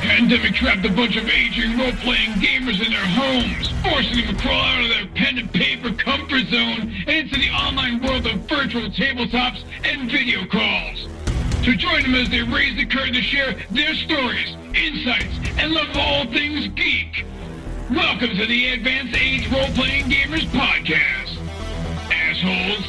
pandemic trapped a bunch of aging role-playing gamers in their homes, forcing them to crawl out of their pen and paper comfort zone and into the online world of virtual tabletops and video calls. To join them as they raise the curtain to share their stories, insights, and love of all things geek. Welcome to the Advanced Age Role-Playing Gamers Podcast. Assholes.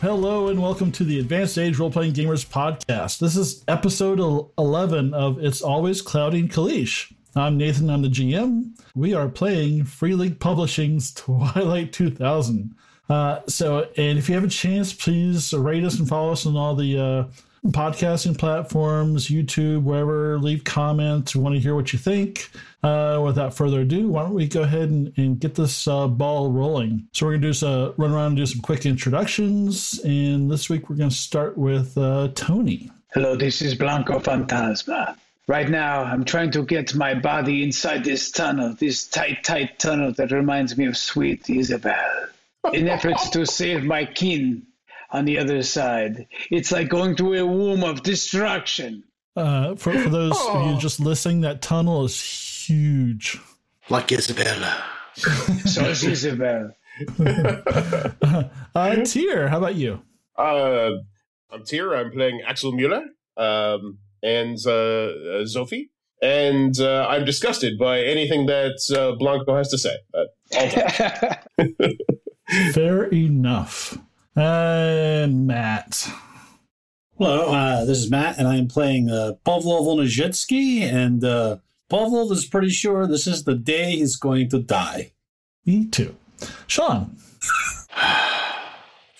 Hello and welcome to the Advanced Age Role Playing Gamers podcast. This is episode el- 11 of It's Always Cloudy in Kalish. I'm Nathan, I'm the GM. We are playing Free League Publishing's Twilight 2000. Uh, so, and if you have a chance, please rate us and follow us on all the uh, podcasting platforms, YouTube, wherever. Leave comments. We want to hear what you think. Uh, without further ado, why don't we go ahead and, and get this uh, ball rolling? So we're gonna do some run around and do some quick introductions. And this week we're gonna start with uh, Tony. Hello, this is Blanco Fantasma. Right now, I'm trying to get my body inside this tunnel, this tight, tight tunnel that reminds me of sweet Isabel. In efforts to save my kin on the other side, it's like going to a womb of destruction. Uh, for, for those of you just listening, that tunnel is huge. like Isabella. So is Isabel. Uh, Tier, how about you? Uh, I'm Tyr. I'm playing Axel Mueller um, and uh, uh, Sophie. And uh, I'm disgusted by anything that uh, Blanco has to say. Uh, Fair enough. And Matt. Hello, uh, this is Matt, and I am playing uh, Pavlov Onozhetsky. And uh, Pavlov is pretty sure this is the day he's going to die. Me too. Sean.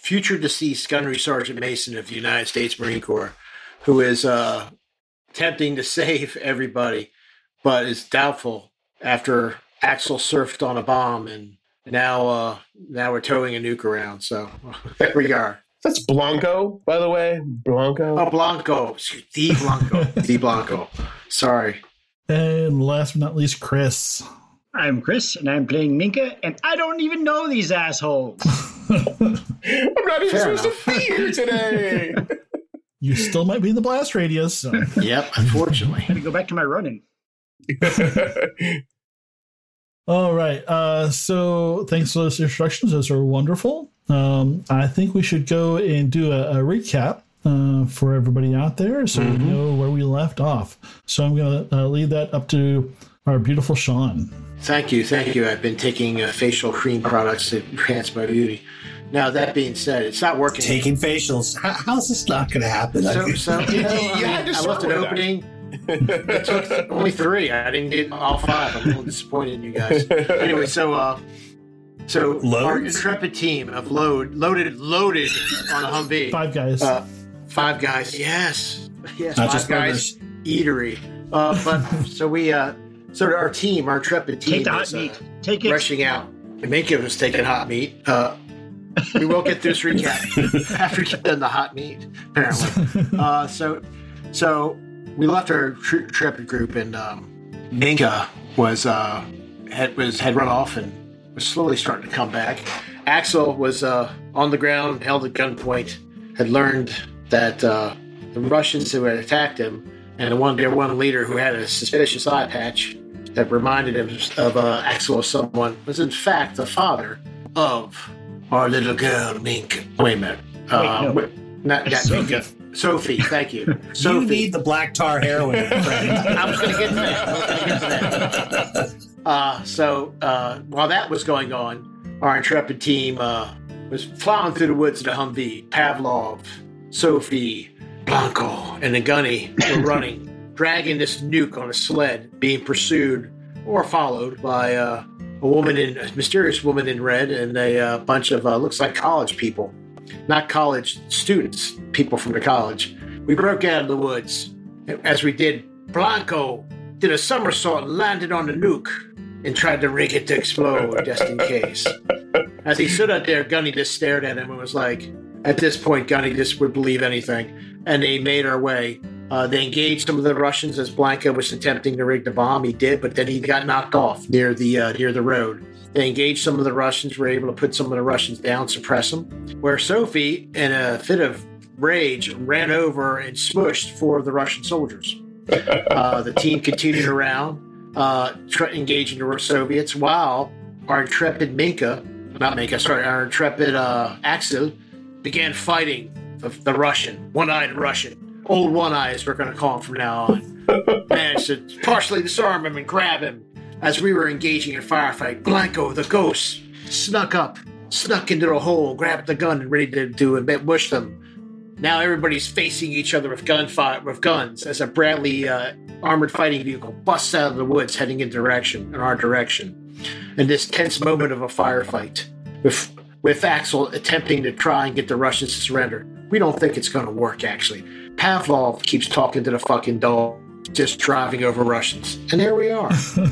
Future deceased Gunnery Sergeant Mason of the United States Marine Corps, who is uh, attempting to save everybody, but is doubtful after Axel surfed on a bomb and now uh, now we're towing a nuke around. So there we are. that's Blanco, by the way. Blanco. Oh, Blanco. Excuse- D Blanco. D Blanco. Sorry. And last but not least, Chris. I'm Chris, and I'm playing Minka, and I don't even know these assholes. I'm not even Fair supposed to be here today. You still might be in the blast radius. So. Yep, unfortunately. Had to go back to my running. All right. Uh, so thanks for those instructions. Those are wonderful. Um, I think we should go and do a, a recap uh, for everybody out there so we Mm-hmm. know where we left off. So I'm going to uh, leave that up to our beautiful Sean. Thank you, thank you. I've been taking uh, facial cream products to enhance my beauty. Now that being said, it's not working. Taking facials. How, how's this not going to happen? so, so you know, I, You had mean, I left to start an with that. opening. it took only three. I didn't get all five. I'm a little disappointed in you guys. Anyway, so uh, so our Loads? intrepid team of load loaded loaded on a Humvee. Five guys. Uh, five guys. Yes, yes. Not five just guys. Eatery. Uh, but so we uh, so our team, our intrepid team, Take the hot is, uh, meat. Take it. rushing out. Minka was taking hot meat. Uh, we won't get through this recap after getting done the hot meat, apparently. Uh, so, so we left our tri- trip group, and um, Minka was uh, had was had run off and was slowly starting to come back. Axel was uh, on the ground, held at gunpoint, had learned that uh, the Russians who had attacked him and the one their one leader who had a suspicious eye patch that reminded him of uh, Axel or someone was in fact the father of our little girl Minka. Wait a minute, uh, Wait, wait, not not Minka. Sophie, thank you. You Sophie, need the black tar heroin, my friend. I was going to get to that. I was going to get to that. Uh, so uh, while that was going on, our intrepid team uh, was plowing through the woods in a Humvee. Pavlov, Sophie, Blanco, and the gunny were running, dragging this nuke on a sled, being pursued or followed by uh, a woman in a mysterious woman in red and a uh, bunch of uh, looks like college people, not college students, people from the college. We broke out of the woods. As we did, Blanco did a somersault and landed on the nuke and tried to rig it to explode just in case. As he stood out there, Gunny just stared at him and was like, at this point, Gunny just would believe anything. And they made our way Uh, they engaged some of the Russians as Blanca was attempting to rig the bomb. He did, but then he got knocked off near the uh, near the road. They engaged some of the Russians, were able to put some of the Russians down, suppress them. Where Sophie, in a fit of rage, ran over and smushed four of the Russian soldiers. Uh, the team continued around, uh, tr- engaging the Soviets, while our intrepid Minka, not Minka, sorry, our intrepid uh, Axel began fighting the, the Russian, one eyed Russian, old one eye, as we're going to call him from now on. managed to partially disarm him and grab him as we were engaging in firefight. Blanco, the ghost, snuck up, snuck into a hole, grabbed the gun, and ready to do and ambush them. Now everybody's facing each other with gunfire with guns as a Bradley uh, armored fighting vehicle busts out of the woods, heading in direction in our direction. In this tense moment of a firefight, with with Axel attempting to try and get the Russians to surrender, we don't think it's going to work. Actually, Pavlov keeps talking to the fucking dog, just driving over Russians, and there we are.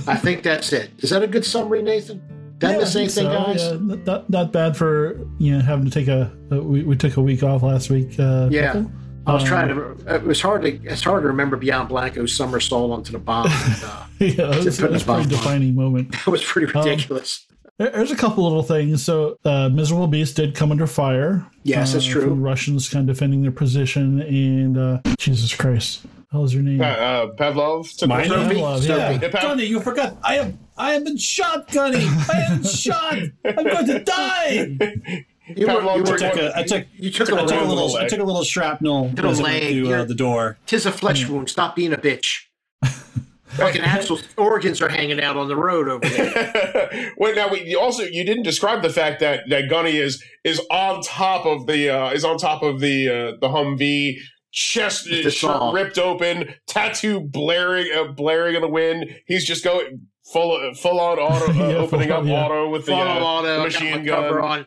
I think that's it. Is that a good summary, Nathan? Did I Yeah, I miss think anything, so. guys? Yeah, n- not, not bad for you know having to take a. Uh, we, we took a week off last week. Uh, Yeah. Michael. I was Um, trying to. It was hard to. It's hard to remember beyond Blanco's somersault onto the bomb. And, uh, yeah, that was, Just put that was the a bomb pretty on. defining moment. it was pretty Um, ridiculous. There- There's a couple little things. So, uh, Miserable Beast did come under fire. yes, that's uh, true. From Russians kind of defending their position, and uh, Jesus Christ, hell is your name? Uh, uh, Pavlov took Mine? over. Pavlov, yeah. Yeah, Pav- Gunny, you forgot. I am. I have been shot, Gunny. I have been shot. I'm going to die. you, were, Pavlov you, I were, took took a, I took, you took I a took a round. little. I took a little shrapnel Little as I went leg, through uh, you're- the door. Tis a flesh wound. Stop being a bitch. Fucking Axel's organs are hanging out on the road over there. Wait, now wait, you also you didn't describe the fact that that Gunny is is on top of the uh, is on top of the uh, the Humvee, chest With the his shirt saw. ripped open, tattoo blaring uh, blaring in the wind. He's just going full full on auto, uh, Yeah, opening full up on, yeah. auto with the, Follow uh, auto, the I got machine my cover gun. on,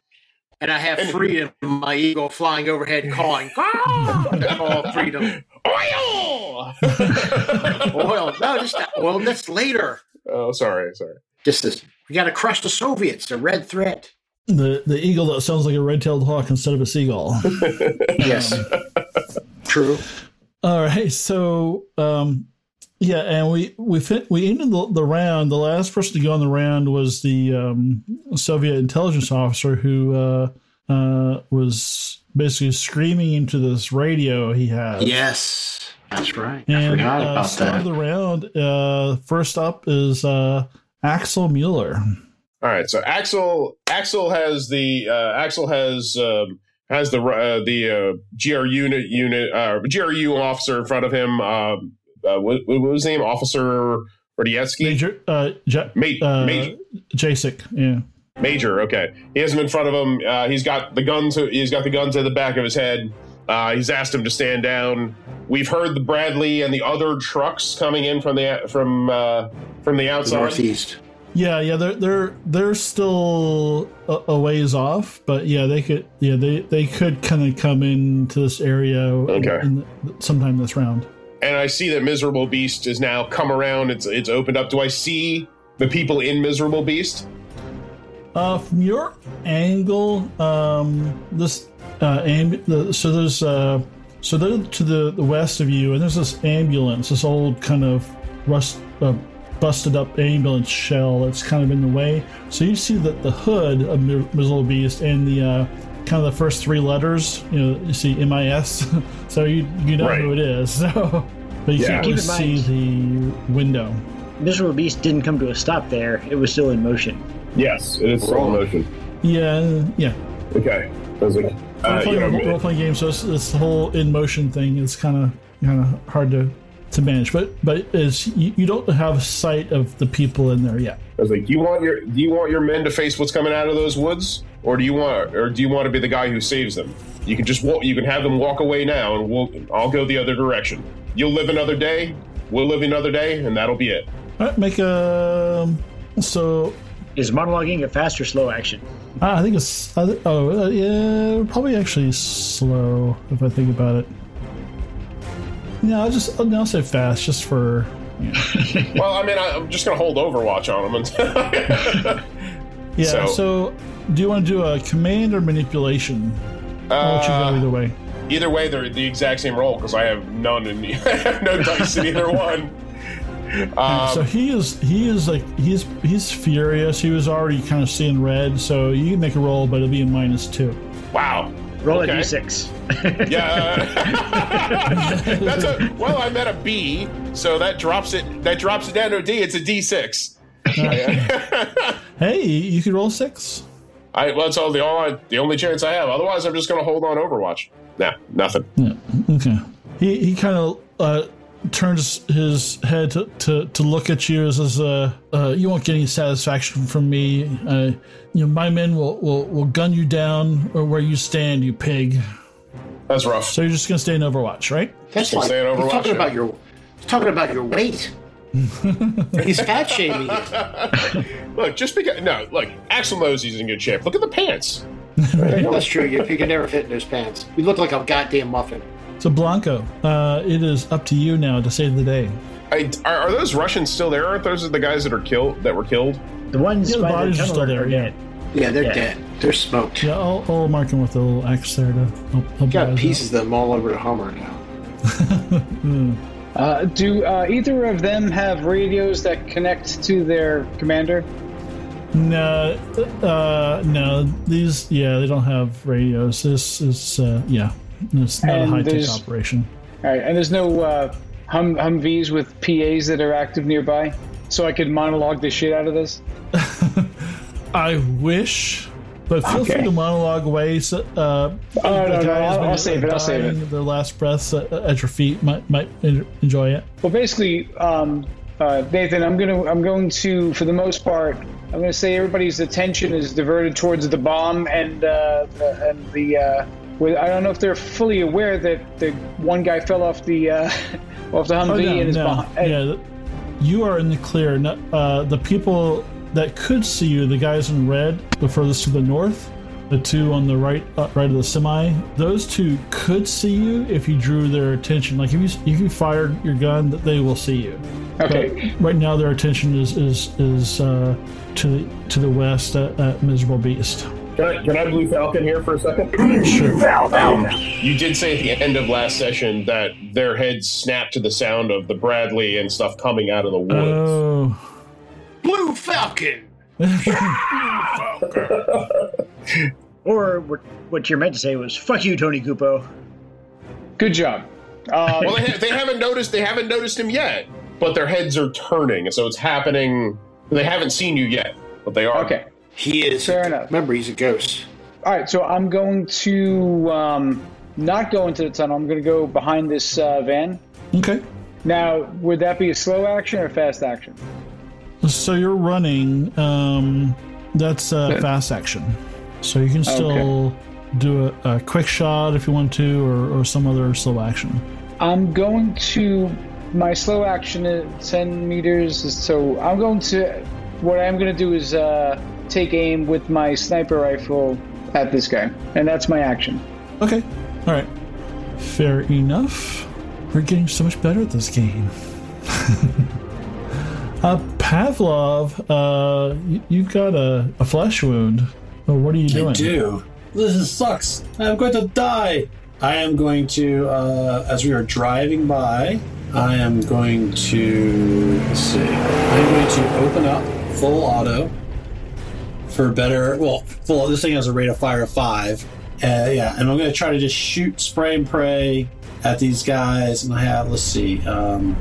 and I have freedom. My eagle flying overhead, calling. I call freedom. Oil! Oil. No, just not oil. That's later. oh, sorry, sorry. Just this. We got to crush the Soviets. The red threat. The the eagle that sounds like a red-tailed hawk instead of a seagull. Yes. True. All right, so um, yeah, and we we fin- we ended the, the round. The last person to go on the round was the um, Soviet intelligence officer who uh, uh, was basically screaming into this radio he had. Yes. That's right. I and forgot uh, about start of that. the round. Uh, first up is uh, Axel Mueller. All right, so Axel Axel has the uh, Axel has um, has the uh, the uh, GRU unit unit uh, GRU officer in front of him. Um, uh, what, what was his name? Officer Rodietsky. Major uh, J- Major. uh, Major. Jacek, yeah. Major. Okay, he has him in front of him. Uh, he's got the gun to he's got the gun to the back of his head. Uh, he's asked him to stand down. We've heard the Bradley and the other trucks coming in from the from uh, from the outside. Northeast. Yeah, yeah, they're they're they're still a, a ways off, but yeah, they could, yeah, they they could kind of come into this area Okay. in, in, sometime this round. and I see that Miserable Beast is now come around. It's it's opened up. Do I see the people in Miserable Beast? Uh, from your angle, um, this uh, amb- the, so there's uh, so they're to the, the west of you, and there's this ambulance, this old kind of rust, uh, busted up ambulance shell that's kind of in the way. So you see that the hood of Mi- Miserable Beast and the uh, kind of the first three letters, you know, you see MIS, so you you know Right. who it is. So, but you Yeah. can't Keep really in mind- see the window. Miserable Beast didn't come to a stop there. It was still in motion. Yes, it is Roll. motion. Yeah, yeah. Okay. I was like, We're uh, you know, playing a role playing game, so it's, this whole in motion thing is kind of kind of hard to to manage. But but is you, you don't have sight of the people in there yet. I was like, do you want your do you want your men to face what's coming out of those woods, or do you want or do you want to be the guy who saves them? You can just walk, you can have them walk away now, and we'll I'll go the other direction. You'll live another day. We'll live another day, and that'll be it. All right, make a so Is monologuing a fast or slow action? I think it's I thi- oh uh, yeah probably actually slow if I think about it. No, I'll just I'll, I'll say fast just for well, I mean, I, I'm just gonna hold Overwatch on them until. yeah. So- So, do you want to do a command or manipulation? I'll let you go Uh, either way. Either way, they're the exact same roll because I have none in the, I have no dice in either one. Um, so he is he is like he's he's furious. He was already kind of seeing red, so you can make a roll, but it'll be a minus two. wow. Roll Okay. a d6. Yeah. That's a well. I'm at a B, so that drops it. That drops it down to a D. It's a D six. Hey, you could roll six. I well, that's all the all I, the only chance I have. Otherwise, I'm just going to hold on Overwatch. Nah, nothing. Yeah. Okay. He he kind of uh, turns his head to, to, to look at you as as uh, uh, you won't get any satisfaction from me. Uh, you know my men will, will will gun you down or where you stand, you pig. That's rough. So you're just gonna stay in Overwatch, right? That's We'll like say it over he's Russia. talking about your he's talking about your weight. he's fat shaming you. Look, just because no, look, Axel knows he's in good shape. Look at the pants. That's true. You, you can never fit in those pants. You look like a goddamn muffin. So Blanco, uh, it is up to you now to save the day. I, are, are those Russians still there? Aren't those the guys that are killed that were killed? The ones Yeah, the by the bodies are tunnel still that there, are yeah. dead. Yeah, they're Yeah. dead. They're smoked. Yeah, I'll, I'll mark him with a little axe there to help, help you Got guys pieces of them all over the Hummer now. Uh, do uh, either of them have radios that connect to their commander? out. No, uh, no, these yeah, they don't have radios. This is uh, yeah, it's not a And high tech there's- operation. All right, and there's no uh, hum- Humvees with PAs that are active nearby, so I could monologue the shit out of this. I wish, but feel Okay. Oh, free to monologue away. So, uh, no, no, I'll- when I'll they're save it, I'll save dying Their last breaths at, at your feet might might en- enjoy it. Well, basically, um, uh, Nathan, I'm gonna, I'm going to, for the most part, I'm gonna say everybody's attention is diverted towards the bomb and uh, the, and the. Uh, well, I don't know if they're fully aware that the one guy fell off the uh, off the Humvee Oh, no, and his no. bomb. and- Yeah, th- you are in the clear. No- Uh, the people that could see you, the guys in red, the furthest to the north, the two on the right, uh, right of the semi, those two could see you if you drew their attention. Like if you if you fired your gun, that they will see you. Okay. Right now, their attention is is is uh, to the to the west at, at Miserable Beast. Can I, can I blue falcon here for a second? Sure. Um, You did say at the end of last session that their heads snapped to the sound of the Bradley and stuff coming out of the woods. Oh. Blue Falcon. Or what, what you're meant to say was, fuck you, Tony Kupo. Good job. Uh, well, they, ha- they haven't noticed. They haven't noticed him yet, but their heads are turning, so it's happening. They haven't seen you yet, but they are. okay. He is. Fair enough. Remember, he's a ghost. All right, so I'm going to um, not go into the tunnel. I'm going to go behind this uh, van. Okay. Now, would that be a slow action or fast action? So you're running. Um, that's uh, fast action. So you can still do a, a quick shot if you want to, or, or some other slow action. I'm going to my slow action at 10 meters. is- So I'm going to what I'm going to do is uh, take aim with my sniper rifle at this guy, and that's my action. Okay. All right. Fair enough. We're getting so much better at this game. uh, Pavlov, uh, you, you've got a, a flesh wound. Oh, what are you doing? I do. This is- sucks. I'm going to die. I am going to, uh, as we are driving by, I am going to let's see. I'm going to open up full auto for better. Well, full. This thing has a rate of fire of five. Uh, yeah, and I'm going to try to just shoot spray and pray at these guys. And I have let's see. Um,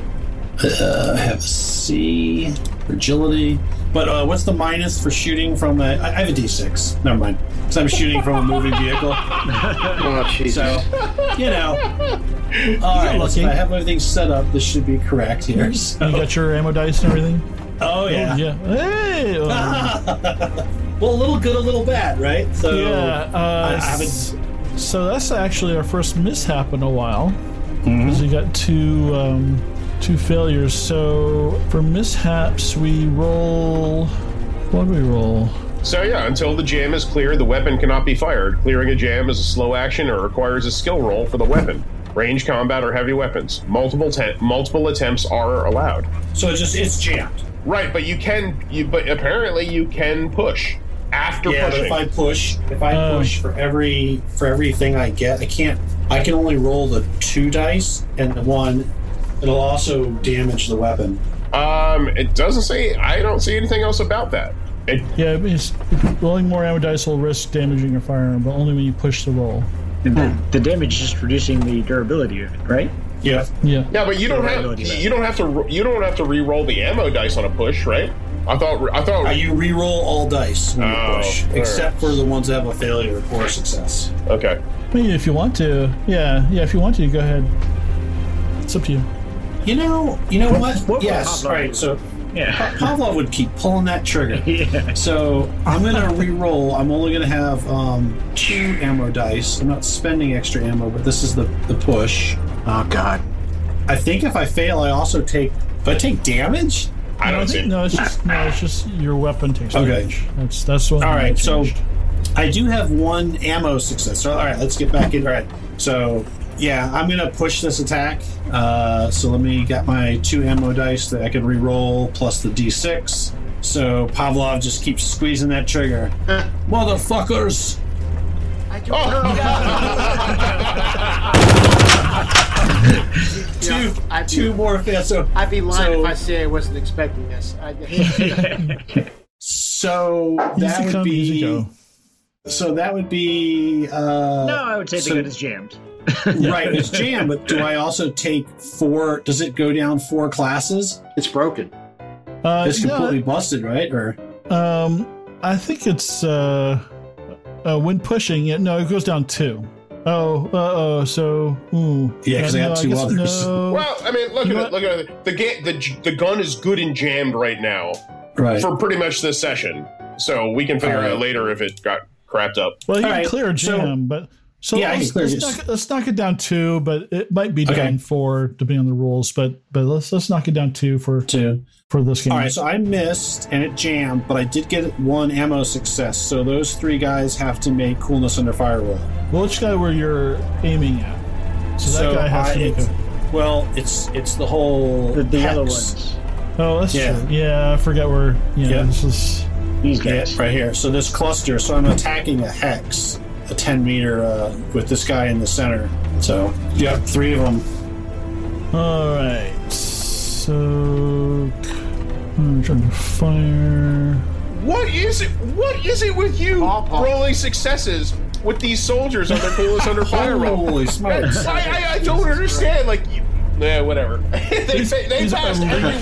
uh, I have a C for agility. But uh, what's the minus for shooting from a? I I have a D6. Never mind. So I'm shooting from a moving vehicle. Oh, Jesus. So you know, all right. Listen, I have everything set up. This should be correct here. So. You got your ammo dice and everything? Oh yeah. Yeah. Hey! uh, Well, a little good, a little bad, right? So Yeah, uh, I haven't- s- So that's actually our first mishap in a while. Because we got two um, two failures. So for mishaps, we roll. What do we roll? So yeah, until the jam is clear, the weapon cannot be fired. Clearing a jam is a slow action or requires a skill roll for the weapon. Range combat or heavy weapons. Multiple te- multiple attempts are allowed. so it's just it's jammed. Right, but you can you but apparently you can push after Yeah, but pushing. if I push, if I Oh. push for every for everything I get, I can't. I can only roll the two dice and the one. It'll also damage the weapon. Um, it doesn't say. I don't see anything else about that. It, Yeah, it's, rolling more ammo dice will risk damaging your firearm, but only when you push the roll. The, the damage is just reducing the durability of it, right? Yeah. Yeah. yeah, but you don't have you don't have to you don't have to re-roll the ammo dice on a push, right? I thought I thought Uh, you re-roll all dice when you Oh, push, alright. except for the ones that have a failure or a success. okay. I mean, if you want to, yeah, yeah. If you want to, go ahead. It's up to you. You know, you know what? what yes. would Pavlov All right. do? So Yeah. Pavlov would keep pulling that trigger. So I'm gonna re-roll. I'm only gonna have um, two ammo dice. I'm not spending extra ammo, but this is the the push. Oh God. I think if I fail, I also take. If I take damage. I I don't see. think, no, it's just no, it's just your weapon takes Okay. damage. That's that's what. All right, so- changed. I do have one ammo success. So, all right, let's get back in. All right, so yeah, I'm gonna push this attack. Uh, so let me get my two ammo dice that I can re-roll plus the d6. So Pavlov just keeps squeezing that trigger. Motherfuckers! Two, I do. two more fails. So I'd be lying So- if I say I wasn't expecting this. I, so that easy would come, be easy go. so that would be uh, no, I would say the So- gun is jammed. right. It's jam, but do I also take four? Does it go down four classes? it's broken. Uh, It's no, completely busted, right? Or Um, I think it's uh, uh, when pushing it. No, it goes down two. Oh, uh oh. So, ooh. Yeah, 'cause Uh, I no, got two guess others. No. Well, I mean, look You at know it. Look at it. The ga- the j- the gun is good and jammed right now right? for pretty much this session. So we can figure Alright. out later if it got crapped up. Well, you All can right, clear a so- jam, but so Yeah, I let's, can clear let's just- knock, it- let's knock it down two, but it might be Okay. down four depending on the rules. But but let's let's knock it down two for two. for this game. All right, so I missed and it jammed, but I did get one ammo success. So those three guys have to make coolness under fire roll. Well, which guy where you're aiming at? So that so guy has I, to make it's- a. well, it's it's the whole The, the yellow hex. ones. Oh, that's yeah. true. Yeah, I forget where. Yeah, Yeah. this is. These Yeah, guys. right here. So this cluster. So I'm attacking a hex, a 10 meter uh, with this guy in the center. So yep, three of them. All right. So I'm trying to fire. What is it? What is it with you Paw paw. rolling successes with these soldiers on their coolest under fire roll? Holy smokes! I, I, I don't understand. Like, you, yeah, whatever. they fa- they he's passed a- every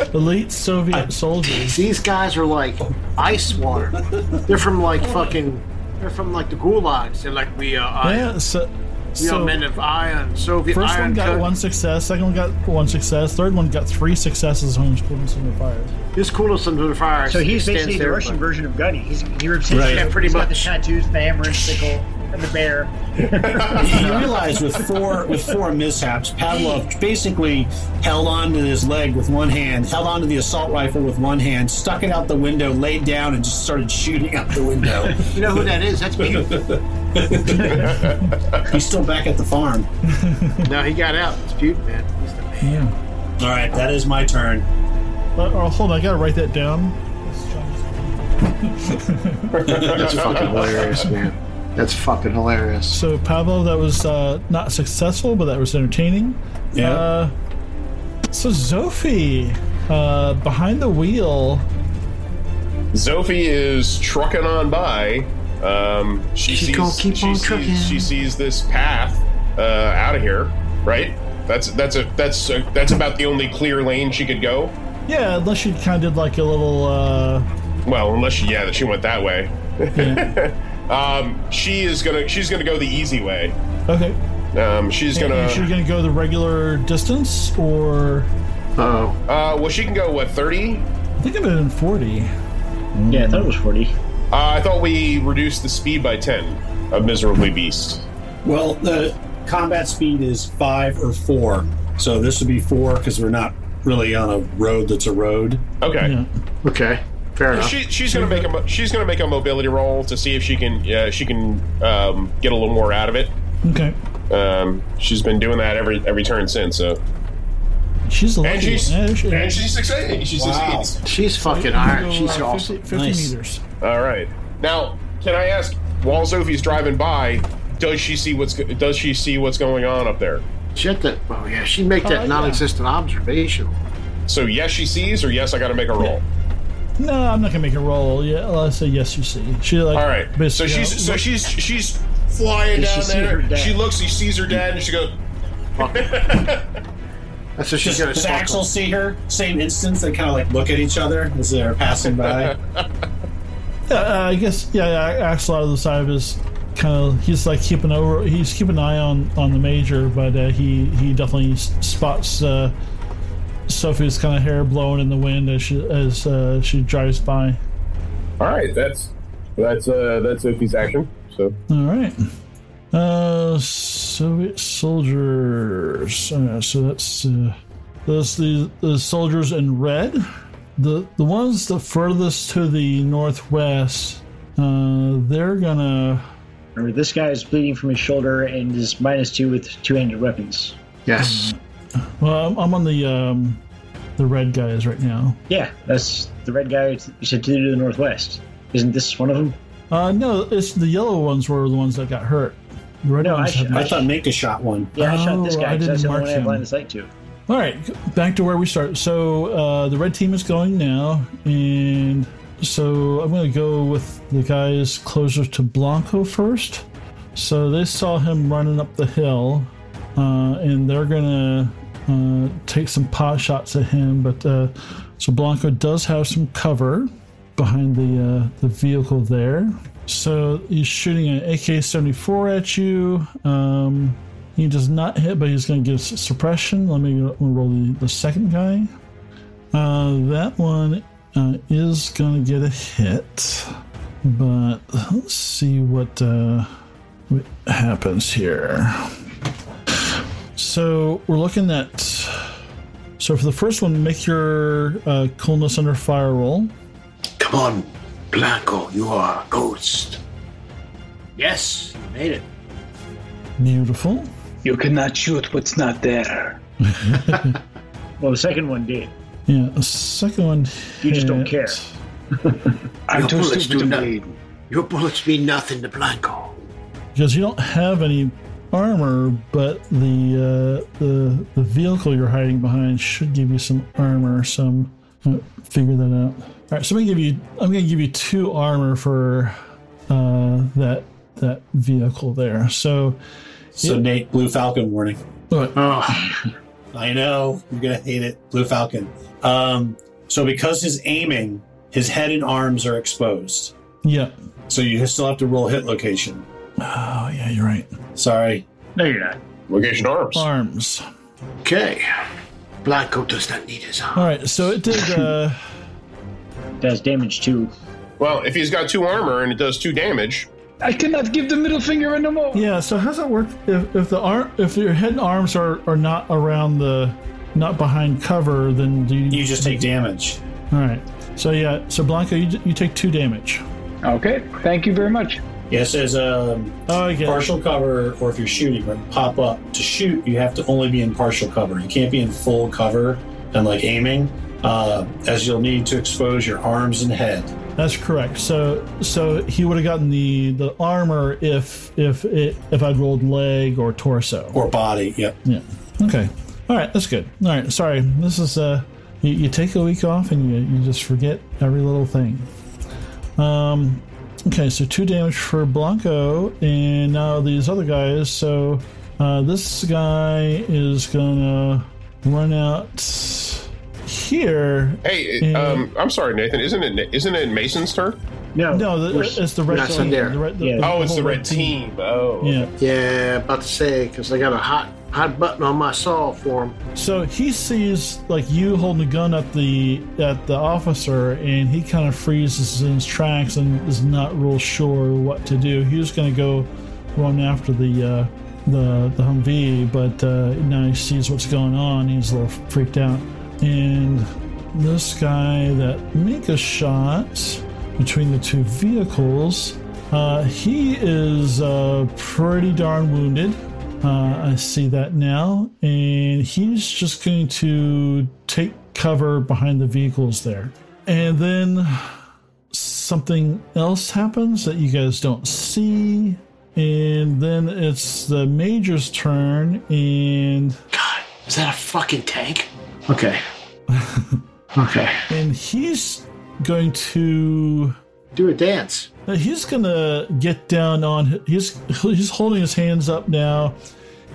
one. Elite Soviet soldiers. These guys are like ice water. They're from like fucking. They're from like the gulags. They're like we are iron. Yeah. So, We are so men of iron. Soviet first iron. one got curtain. one success. Second one got one success. Third one got three successes on his coolness under fire. This coolest under the fire. So he's stands basically the there, Russian but- version of Gunny. He's he rips his Right. shirt. Yeah, pretty He's much. got the tattoos, the hammer and sickle, and the bear. you realize with four with four mishaps, Pavlov basically held on to his leg with one hand, held on to the assault rifle with one hand, stuck it out the window, laid down, and just started shooting out the window. You know who that is? That's me. He's still back at the farm. no, he got out. It's Putin, man. He's the man. Yeah. All right, that is my turn. But, oh, hold on. I gotta write that down. That's fucking hilarious, man. That's fucking hilarious. So Pablo, that was uh, not successful, but that was entertaining. Yeah. Uh, so Zophie, uh, behind the wheel. Zophie is trucking on by. Um, she, She sees, gonna keep she on sees- trucking. She sees this path uh, out of here, right? That's that's a that's a, that's about the only clear lane she could go. Yeah, unless you kind of did like a little. Uh, Well, unless she yeah, that she went that way. um, she is gonna she's gonna go the easy way. okay. Um, she's Gonna, gonna you're gonna go the regular distance, or Oh, uh, well she can go what thirty. I think of it in forty. Yeah, I thought it was forty. Uh, I thought we reduced the speed by ten. A miserably beast. Well, the combat speed is five or four, so this would be four because we're not really on a road that's a road. Okay. Yeah. okay. Fair enough. She, she's gonna make a mo- she's gonna make a mobility roll to see if she can uh, she can um, get a little more out of it. Okay. Um, she's been doing that every every turn since. So She's a lucky and she's one. Yeah, she- and she's succeeding. She Wow. succeeds. She's fucking iron. She's awesome. 50, Nice. meters. All right. Now, can I ask? While Sophie's driving by, does she see what's go- does she see what's going on up there? Shit, that. Oh, yeah. She'd make that Oh, yeah. non existent observation. So yes, she sees, or yes, I got to make a roll. No, I'm not gonna make a roll. Yeah, I'll say yes. You see, she like. All right. So basically, uh, you she's know, so she's she's flying Did she down see her there. dad? She looks, she sees her dad, and she goes, That's what she's Does, going to does Axel see her? Same instance, they kind of like look at each other as they're passing by. uh, I guess yeah, yeah. Axel out of the side of his kind of he's like keeping over. He's keeping an eye on on the major, but uh, he he definitely s- spots uh, Sophie's kind of hair blowing in the wind as she as uh, she drives by. "All right, that's that's uh that's Sophie's action." So All right. Uh, Soviet soldiers. Uh, so that's uh, those the, the soldiers in red. The the ones the furthest to the northwest. Uh, they're gonna. Remember, this guy is bleeding from his shoulder and is minus two with two-handed weapons. Yes. Well, I'm, I'm on the um, the red guys right now. Yeah, that's the red guy you said to the northwest. Isn't this one of them? Uh, no, it's the yellow ones were the ones that got hurt. The red No, ones I should- have I thought Minka shot one. Yeah, I shot this Oh, guy I because that's didn't mark the only one I have him. line of sight to. All right, back to where we start. So uh, the red team is going now, and so I'm going to go with the guys closer to Blanco first. So they saw him running up the hill, uh, and they're going to uh, take some pot shots at him. But uh, so Blanco does have some cover behind the uh, the vehicle there. So he's shooting an AK-74 at you. Um, he does not hit, but he's going to give s- suppression. Let me let me roll the, the second guy. Uh, that one uh, is going to get a hit, but let's see what, uh, what happens here. So we're looking at. So for the first one, make your uh, coolness under fire roll. Come on, Blanco. You are a ghost. Yes, you made it. Beautiful. You cannot shoot what's not there. Well, the second one did. Yeah, the second one. You just don't hit. care. I'm Your too bullets do stupid to not- bleed. Your bullets mean nothing to Blanco. because you don't have any armor, but the uh, the the vehicle you're hiding behind should give you some armor. Some figure that out. All right, so I'm gonna give you I'm gonna give you two armor for uh, that that vehicle there. So So Nate, Blue Falcon warning. look, Oh, I know you're gonna hate it, Blue Falcon. Um, so because his aiming, his head and arms are exposed. yeah, So you still have to roll hit location. oh yeah, you're right. Sorry, No, you're not. location arms. Arms. okay. Blanco does not need his arm. All right, so it did. Uh, Does damage too. Well, if he's got two armor and it does two damage, I cannot give the middle finger anymore. Yeah. So how's that work? If, if the arm, if your head and arms are, are not around the, not behind cover, then do you, you just take damage. All right. So yeah. So Blanco, you, you take two damage. Okay, thank you very much. Yeah, it says um, Oh, I get. it. partial cover, or if you're shooting, when you pop up to shoot, you have to only be in partial cover. You can't be in full cover and like aiming, uh, as you'll need to expose your arms and head. That's correct. So so he would have gotten the the armor if if it if I'd rolled leg or torso. or body. Yep. Yeah. Okay. All right. That's good. All right. Sorry. This is uh, you, you take a week off and you, you just forget every little thing. Um, okay. So two damage for Blanco, and now these other guys. So uh, this guy is gonna run out here. hey, Yeah. um, I'm sorry, Nathan. Isn't it isn't it Mason's turn? No. No, the, uh, we're- it's the red not team. there. The red, Yeah. Oh, it's whole the red team. Oh, Yeah. Yeah, about to say, because I got a hot hot button on my saw for him. So he sees like you holding a gun at the at the officer, and he kind of freezes in his tracks and is not real sure what to do. He was going to go run after the uh, the the Humvee, but uh, now he sees what's going on. He's a little freaked out, and this guy that Minka shot between the two vehicles, uh, he is uh, pretty darn wounded. Uh, I see that now, and he's just going to take cover behind the vehicles there. And then something else happens that you guys don't see. And then it's the Major's turn, and God, is that a fucking tank? Okay. okay. and he's going to Do a dance. Now, he's gonna get down on he's he's holding his hands up now,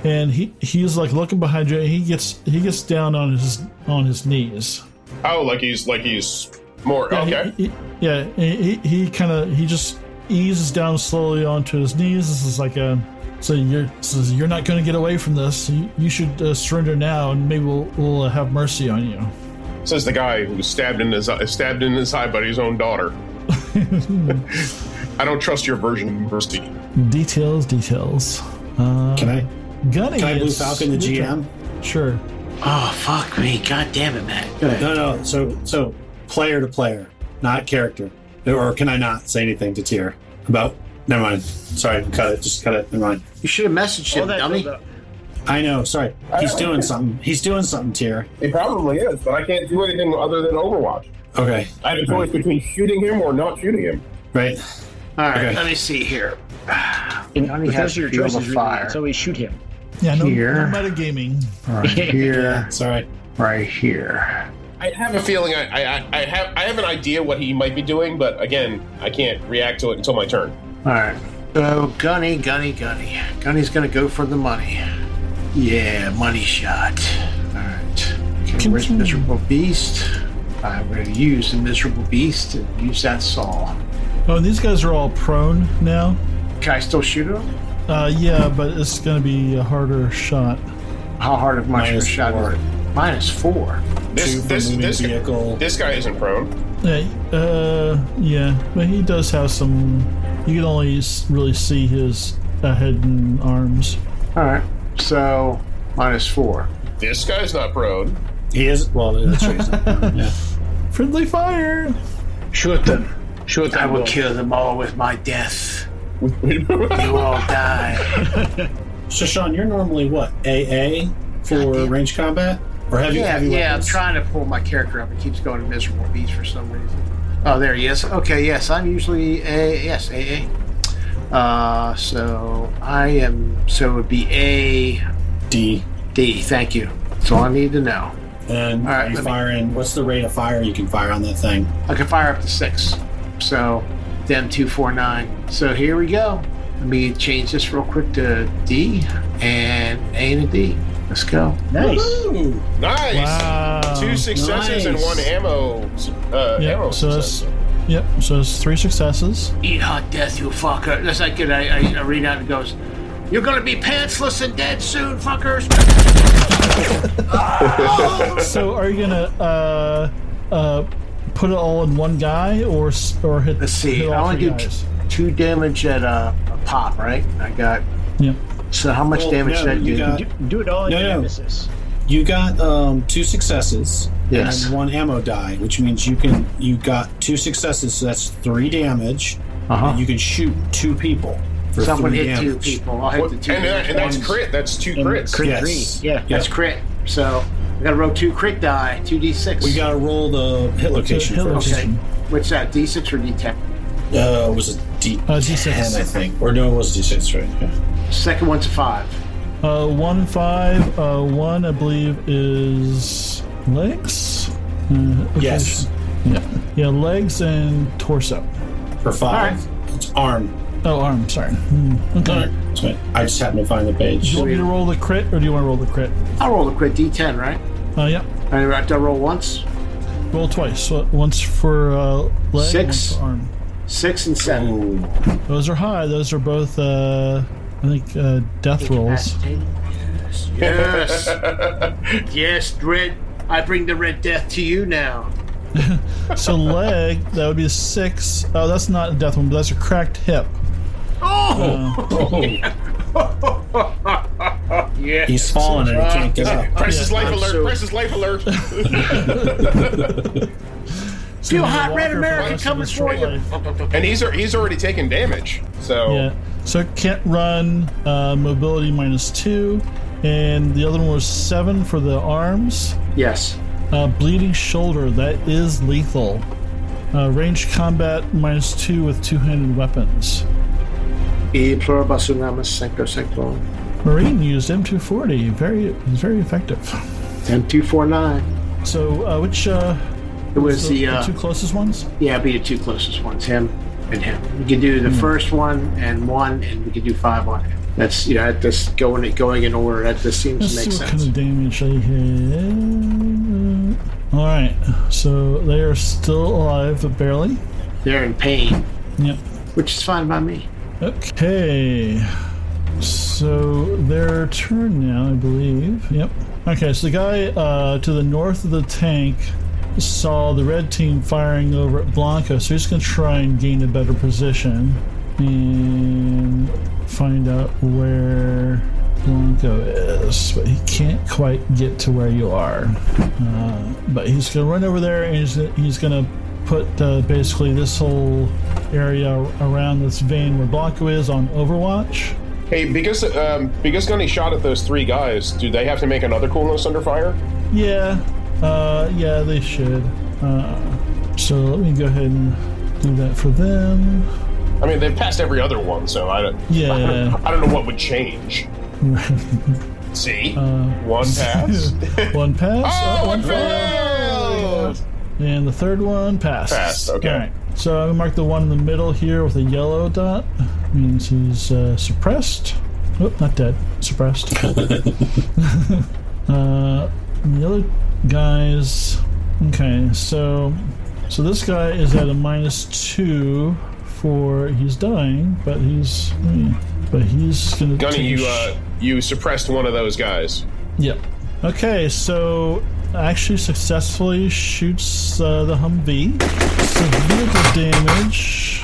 and he he's like looking behind you. And he gets he gets down on his on his knees. Oh, like he's like he's more Yeah, he- okay. he- yeah, he, he kind of he just eases down slowly onto his knees. This is like a so you're says you're not gonna get away from this. You, you should uh, surrender now, and maybe we'll we'll uh, have mercy on you. Says the guy who was stabbed in his stabbed in his eye by his own daughter. I don't trust your version of mercy. Details, details. Uh, Can I? Gunny, Can I blue it's Falcon the your GM? turn. Sure. Oh fuck me! God damn it, Matt. Go ahead. No, no. So, so player to player, not character. Or can I not say anything to Tier about? Never mind. Sorry, cut it. Just cut it. Never mind. You should have messaged uh, him, Hold that uh, dummy. build up. I know. Sorry. He's doing something. He's doing something, Tier. It probably is, but I can't do anything other than Overwatch. Okay. I have a choice between shooting him or not shooting him. Right. All right, Okay. let me see here. And I mean, has those are your field of choices, fire. really. It's always shoot him. Yeah, no, Here. no metagaming. Right here, Sorry. right here. I have a feeling I, I, I- I have I have an idea what he might be doing, but again, I can't react to it until my turn. All right. So Gunny, Gunny, Gunny. Gunny's gonna go for the money. Yeah, money shot. All right. Okay, where's Continue. miserable beast? I'm gonna use the miserable beast and use that saw. Oh, and these guys are all prone now. Can I still shoot him? Uh, yeah, but it's going to be a harder shot. How hard of my Minus shot four. is it? Minus four. This Two for this moving this, vehicle. this guy isn't prone. Yeah, uh, yeah, but he does have some. You can only s- really see his uh, head and arms. All right. So minus four. This guy's not prone. He is. Well, that's true. He's not. yeah. Friendly fire. Shoot them. Shoot I them. will all. kill them all with my death. You all die. So, Sean, you're normally what AA for range combat or heavy? Yeah, heavy yeah. I'm weapons? trying to pull my character up. It keeps going to miserable beats for some reason. Oh, there he is. Okay, yes. I'm usually a yes AA. Uh, so I am. So it would be A D. D. Thank you. That's all I need to know. And All right, are you let me- firing? What's the rate of fire you can fire on that thing? I can fire up to six. So them two four nine. So here we go. Let me change this real quick to D and A and a D. Let's go. Nice. Ooh. Nice. Wow. Two successes and Nice. one ammo. Uh, ammo Yep. So success. that's yep. So it's three successes. Eat hot death, you fucker. That's like good. I, I, I read out and goes, You're gonna be pantsless and dead soon, fuckers. So are you gonna uh, uh, put it all in one guy or s- or hit? Let's see. hit all I only three do t- guys? two damage at uh, a pop, right? I got. Yep. So how much Well, damage no, did I you do? got- Do, do it all in No, no. Nemesis. You got um, two successes Yes. and one ammo die, which means you can you got two successes, so that's three damage. Uh-huh. And you can shoot two people for so I'm gonna three hit damage. two people. I'll hit What- the and, two. that, damage and that's ones. crit. That's two And crits. Crit Yes. three. Yeah. That's crit. So I gotta roll two crit die, two d6. We gotta roll the hit location Hit first. Okay. location. What's that? D6 or D10? Uh, was it D Uh, D6. ten? I think, or no, it was D six, right? Yeah. Second one's a five. Uh, one five. Uh, one, I believe, is legs. Uh, okay. Yes, Yeah. Yeah, legs and torso. for five. It's arm. Oh, arm. Sorry. Hmm, Okay. Alright, that's fine. I just happened to find the Do page. you want me to roll the crit, or do you want to roll the crit? I'll roll a crit D10, right? Uh, yep. I have to roll once. Roll twice. So once for uh, leg, Six. once for arm. Six and seven. Ooh. Those are high. Those are both, uh, I think, uh, death rolls. Yes. yes, Red. I bring the Red Death to you now. So leg, that would be a six. Oh, that's not a death one, but that's a cracked hip. Oh! Oh, yeah. he's fallen and he can't get up. Press his life I'm alert. so- Press his life alert. So Feel he's a hot, walker Red for the America rest of coming his for short you. life. and he's al- he's already taken damage. So Yeah. So it can't run. Uh, mobility minus two, and the other one was seven for the arms. Yes. Uh, bleeding shoulder. That is lethal. Uh, range combat minus two with two-handed weapons. E pluribus unum is sancto sanctorum. Marine used M240. Very, very effective. M249. So, uh, which uh, It was the, the uh, two closest ones? yeah, it'd be the two closest ones, him and him. We could do the first one and one, and we could do five on him. That's you know, that just going going in order. That just seems Let's to see make what sense. kind of damage they had. All right, so they are still alive, but barely. They're in pain, Yep. which is fine by me. Okay. So their turn now, I believe. Yep. Okay, so the guy uh, to the north of the tank saw the red team firing over at Blanco, so he's going to try and gain a better position and find out where Blanco is. But he can't quite get to where you are. Uh, but he's going to run over there and he's, he's going to put uh, basically this whole area around this vein where Blanco is on Overwatch. Hey, because um, because Gunny shot at those three guys, do they have to make another coolness under fire? Yeah, uh, yeah, they should. Uh, so let me go ahead and do that for them. I mean, they've passed every other one, so I don't. I Yeah. don't, I don't know what would change. See, Uh, one pass. one pass. Oh, one it Oh, failed. And the third one passed. Passed, okay. All right. So I'm gonna mark the one in the middle here with a yellow dot. Means he's uh, suppressed. Oh, not dead. Suppressed. uh, and the other guys. Okay, so so this guy is at a minus two for he's dying, but he's hmm, but he's gonna. Gunny, take- you uh, you suppressed one of those guys. Yep. Okay, so actually successfully shoots uh, the Humvee. So vehicle damage.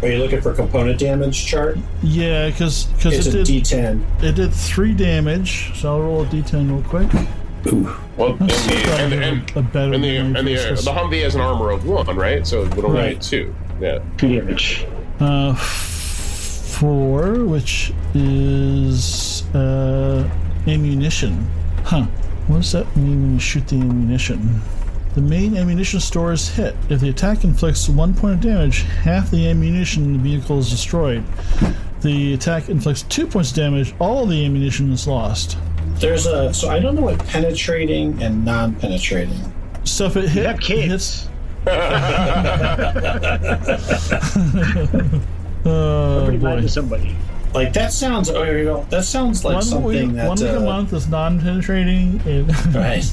Are you looking for component damage chart? Yeah, because It's it a did D10. it did three damage. So I'll roll a d10 real quick. Well, and the and, the- and, A better and the than and the, Rufus. the Humvee has an armor of one, right? So it would only Right. need two. Yeah. Two damage. Uh, four, which is uh, ammunition. Huh. What does that mean when you shoot the ammunition? The main ammunition store is hit. If the attack inflicts one point of damage, half the ammunition in the vehicle is destroyed. The attack inflicts two points of damage, all the ammunition is lost. There's a. So I don't know what penetrating and non penetrating. So if it hit, have kids. it hits. oh, Pretty boy. bad to somebody. Like, that sounds. Oh, here you go. That sounds like One something week, that. one week uh, a month is non-penetrating. and- Right.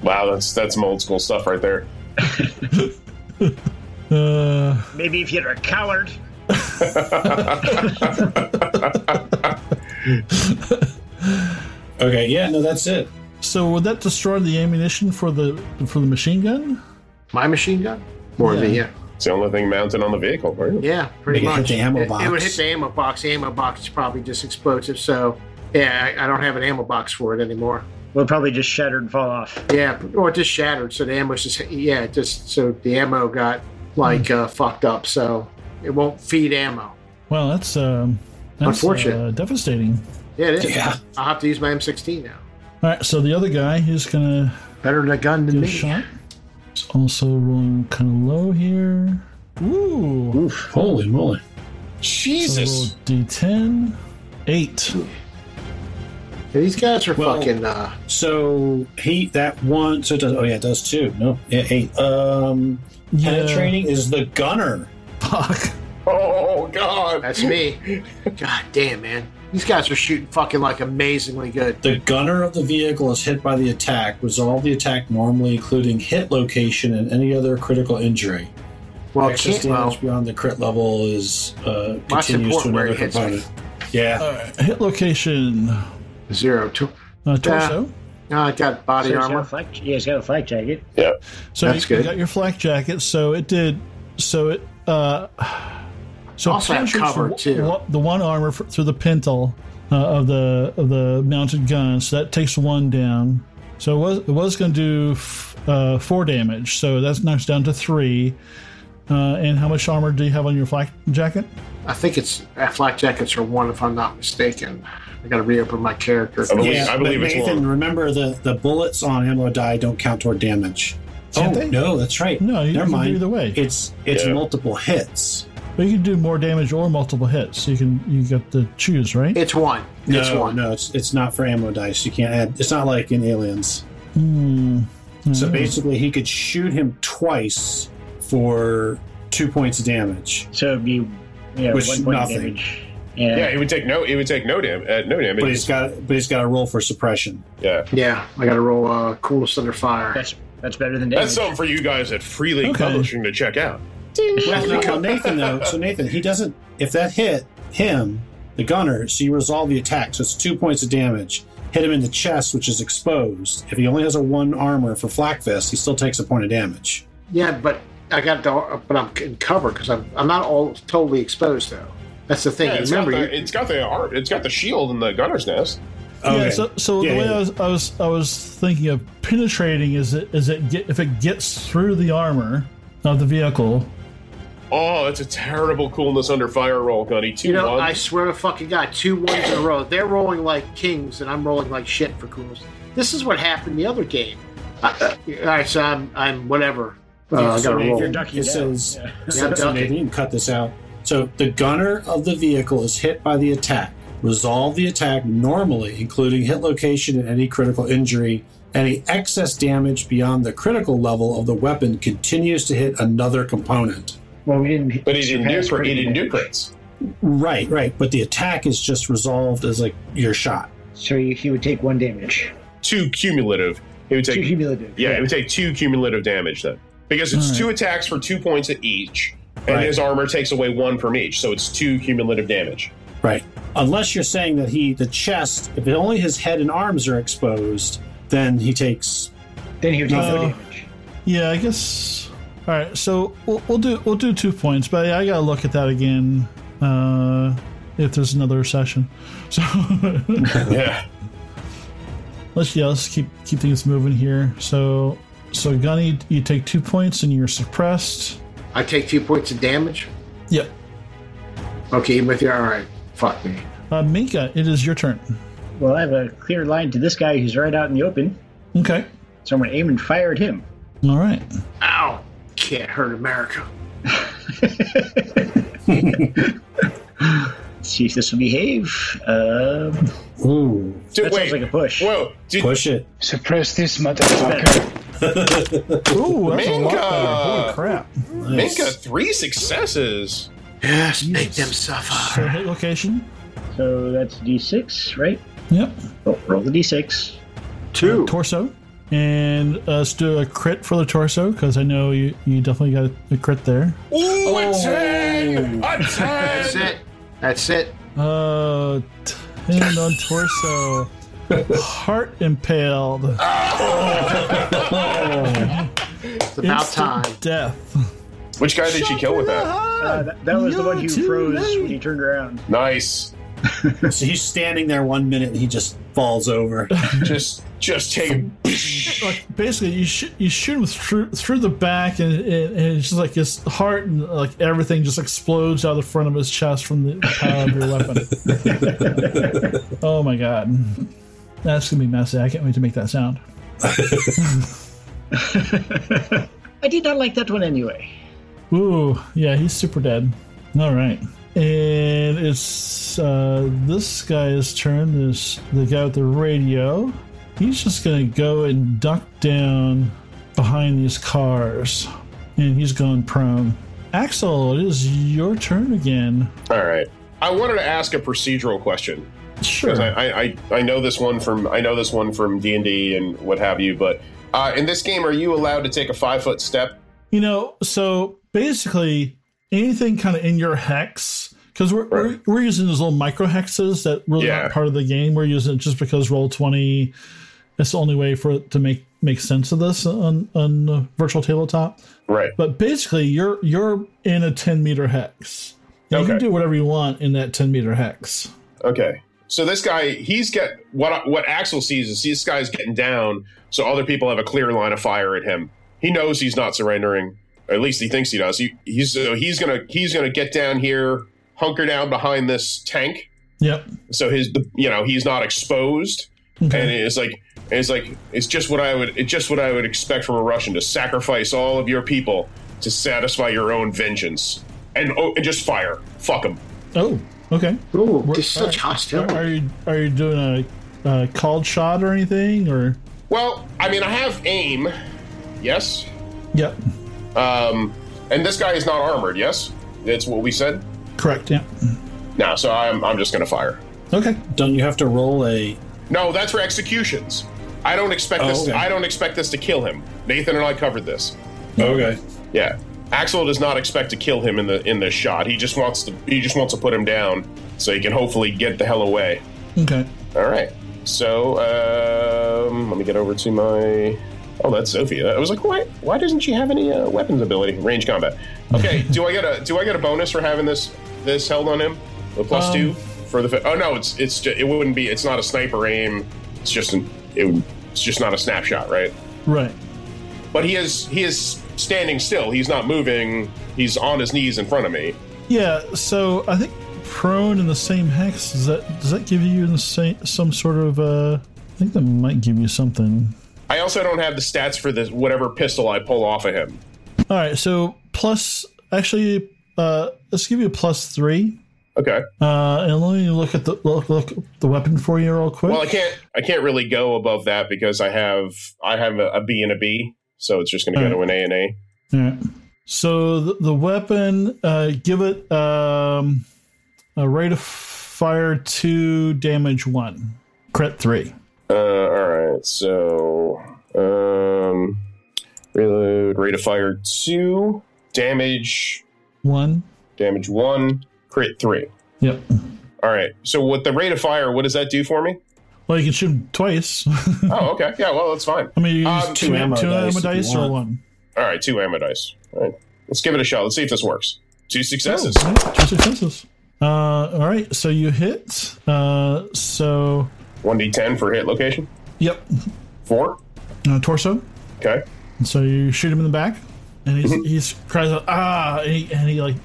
Wow, that's that's some old school stuff right there. Uh, Maybe if you're a coward. Okay, yeah, no, that's it. so would that destroy the ammunition for the for the machine gun? My machine gun, more than Yeah. yeah, It's the only thing mounted on the vehicle, right? yeah, pretty Make it hit much. the ammo it, it would box. hit the ammo box. The ammo box is probably just explosive. So yeah, I, I don't have an ammo box for it anymore. We'll probably just shatter and fall off. Yeah, or it just shattered. So the ammo just yeah, it just so the ammo got Hmm. like uh, fucked up. So it won't feed ammo. Well, that's um, that's Unfortunate. uh, devastating. Yeah, it is. Yeah. I'll have to use my M16 now. All right, so the other guy he's gonna Better than a gun than do a me. shot. It's also rolling kind of low here. Ooh, Oof, holy moly. so roll Jesus. D10, eight. Yeah, these guys are Well- fucking. Uh, So he that one so it does oh yeah, it does two. No. Yeah, eight. Um Yeah. penetrating is the gunner. Fuck. Oh God. that's me. God damn, man. These guys are shooting fucking like amazingly good. The gunner of the vehicle is hit by the attack. Resolve the attack normally, including hit location and any other critical injury. Well, Excess can't, damage well beyond the crit level is uh, My continues support to where another it hits component. Yeah. All right, hit location. zero. Two. Uh, torso. No, I got body So he's got a armor. flak, yeah, he's got a flak jacket. Yeah. So That's you, you good. got your flak jacket. So it did. So it. Uh, so it Also have penetrates cover, the, too. wa- the one armor f through the pintle uh, of the of the mounted gun. So that takes one down. So it was it was going to do f- uh, four damage. So that's knocks down to three. Uh, and how much armor do you have on your flak jacket? I think it's uh, flak jackets are one, if I'm not mistaken. I got to reopen my character. Oh. I believe, Yeah, I believe but it's Nathan, one. remember the, the bullets on ammo die don't count toward damage. Can't oh they? no, that's right. No, you never can do mind. either way. It's it's Yeah. multiple hits. But you can do more damage or multiple hits. You can you got to choose, right? It's one. No, it's one. no, it's it's not for ammo dice. You can't add. It's not like in Aliens. Hmm. So basically, he could shoot him twice for two points of damage, So it'd be yeah, Which one point of nothing. damage. Yeah. Yeah, he would take no. He would take no dam. Uh, no damage. but he's got but he's got a roll for suppression. yeah, Yeah, I got to roll uh, coolest under fire. That's that's better than damage. that's something for you guys at Free League Okay. Publishing to check out. Well, no, well, Nathan though, so Nathan he doesn't. If that hit him, the gunner, so you resolve the attack. So it's two points of damage. Hit him in the chest, which is exposed. If he only has a one armor for flak fist, he still takes a point of damage. Yeah, but I got the but I'm in cover because I'm I'm not all totally exposed though. That's the thing. Yeah, it's got Remember, the you, it's got the ar- it's got the shield and the gunner's nest. Yeah. Okay. So, so Yeah, the way yeah, I was I was I was thinking of penetrating is it is it get, if it gets through the armor of the vehicle. Oh, that's a terrible coolness under fire roll, Gunny. Two you know, ones. I swear to fucking god, two ones in a row. They're rolling like kings, and I'm rolling like shit for coolest. This is what happened the other game. Uh, uh, all right, so I'm I'm whatever. Uh, I got so to Nathan, roll. You're ducking it down. says, Yeah. so- Yeah, so ducking. Nathan, you can cut this out. So the gunner of the vehicle is hit by the attack. Resolve the attack normally, including hit location and any critical injury. Any excess damage beyond the critical level of the weapon continues to hit another component. Well, we didn't. but he didn't surpass do he critical didn't do damage. crits. Right, right. But the attack is just resolved as like your shot. So he, he would take one damage. Two cumulative. He would Too take cumulative. yeah, it would take two cumulative damage then because it's two attacks for two points at each, and Right. his armor takes away one from each, so it's two cumulative damage. Right. Unless you're saying that he, the chest, if only his head and arms are exposed, then he takes Then he would take no Uh, damage. Yeah, I guess. All right, so we'll, we'll do we'll do two points, but I gotta look at that again uh, if there's another session. So yeah, let's yeah, let's keep keep things moving here. So so Gunny, you take two points and you're suppressed. I take two points of damage. Yep. Okay, with you. All right, fuck me. Uh, Minka, it is your turn. Well, I have a clear line to this guy who's right out in the open. Okay. So I'm going to aim and fire at him. All right. Ow! Can't hurt America. See if this will behave. Um, ooh, Dude, that sounds like a push. Whoa, did, push it. Suppress this motherfucker. Ooh, that's a lot Minka! better. Holy crap! Nice. Minka three successes. Yes, make Jesus. them suffer. So hit location. So that's d6, right? Yep. Oh, roll the d6. Two. torso. And uh, let's do a crit for the torso because I know you, you definitely got a, a crit there. Ooh, Oh. a ten, a That's ten. it. That's it. Uh, 10 on torso. Heart impaled. It's about Instant time. Death. Which guy did she kill with that? Uh, that, that was the You're one who too froze late. when he turned around. Nice. So he's standing there one minute and he just falls over. Just just take Like basically, you sh- you shoot him through through the back, and, and, and it's just like his heart and like everything just explodes out of the front of his chest from the power of your weapon. oh my god, that's gonna be messy. I can't wait to make that sound. I did not like that one anyway. Ooh, yeah, he's super dead. All right. And it's uh, this guy's turn. This the guy with the radio. He's just gonna go and duck down behind these cars, and he's gone prone. Axel, it is your turn again. All right. I wanted to ask a procedural question. Sure. I, I, I know this one from I know this one from D and D and what have you, but uh, in this game, are you allowed to take a five foot step? You know, so basically anything kind of in your hex, because we're, Right. we're, we're using those little micro hexes that really Yeah. aren't part of the game. We're using it just because roll twenty. It's the only way for it to make make sense of this on on the virtual tabletop. Right. But basically, you're you're in a ten meter hex. And You can Okay. do whatever you want in that ten meter hex. Okay. So this guy, he's got what what Axel sees is this guy's getting down, so other people have a clear line of fire at him. He knows he's not surrendering. Or at least he thinks he does. He, he's so he's gonna he's gonna get down here, hunker down behind this tank, Yep. so his you know he's not exposed and it's like it's like it's just what I would it's just what I would expect from a Russian to sacrifice all of your people to satisfy your own vengeance and oh and just fire fuck them Oh, okay. Ooh, We're- just such hostility. Are you are you doing a, a called shot or anything or? well I mean I have aim yes Yep. um and this guy is not armored yes that's what we said Correct. Yeah. no so I'm I'm just gonna fire Okay. Don't you have to roll a? no that's for executions I don't expect Oh, this okay. I don't expect this to kill him Nathan and I covered this Okay. Yeah. Axel does not expect to kill him in the in this shot. He just wants to he just wants to put him down so he can hopefully get the hell away. Okay. All right. So, um, let me get over to my Oh, that's Sophie. I was like, why? Why doesn't she have any uh, weapons ability? Range combat. Okay. do I get a Do I get a bonus for having this this held on him? A plus Um, two for the. fi- Oh no, it's it's ju- it wouldn't be. It's not a sniper aim. It's just an. It, would- it's just not a snapshot, right? Right. but he is he is standing still. He's not moving. He's on his knees in front of me. Yeah. So I think prone in the same hex does that does that give you the same some sort of uh? I think that might give you something. I also don't have the stats for this whatever pistol I pull off of him. All right. So plus actually uh, let's give you a plus three. Okay. Uh, and let me look at the look look at the weapon for you real quick. Well, I can't I can't really go above that because I have I have a, a B and a B, so it's just going to go to an A and A. All right. So the, the weapon, uh, give it um, a rate of fire two, damage one, crit three. Uh, all right. So um, reload rate of fire two, damage One. damage one, crit three. Yep. All right. So with the rate of fire, what does that do for me? Well, you can shoot 'em twice. I Oh, okay. Yeah. Well, that's fine. mean, you can Um, use two, two ammo dice, if you or want. one. All right, two ammo dice. All right, let's give it a shot. Let's see if this works. Two successes. Oh, all right, two successes. Uh, all right. So you hit. Uh, so, One d10 for hit location. yep. Four. Uh, torso. Okay. And so you shoot him in the back, and he's, he's cries out, ah, and he, and he like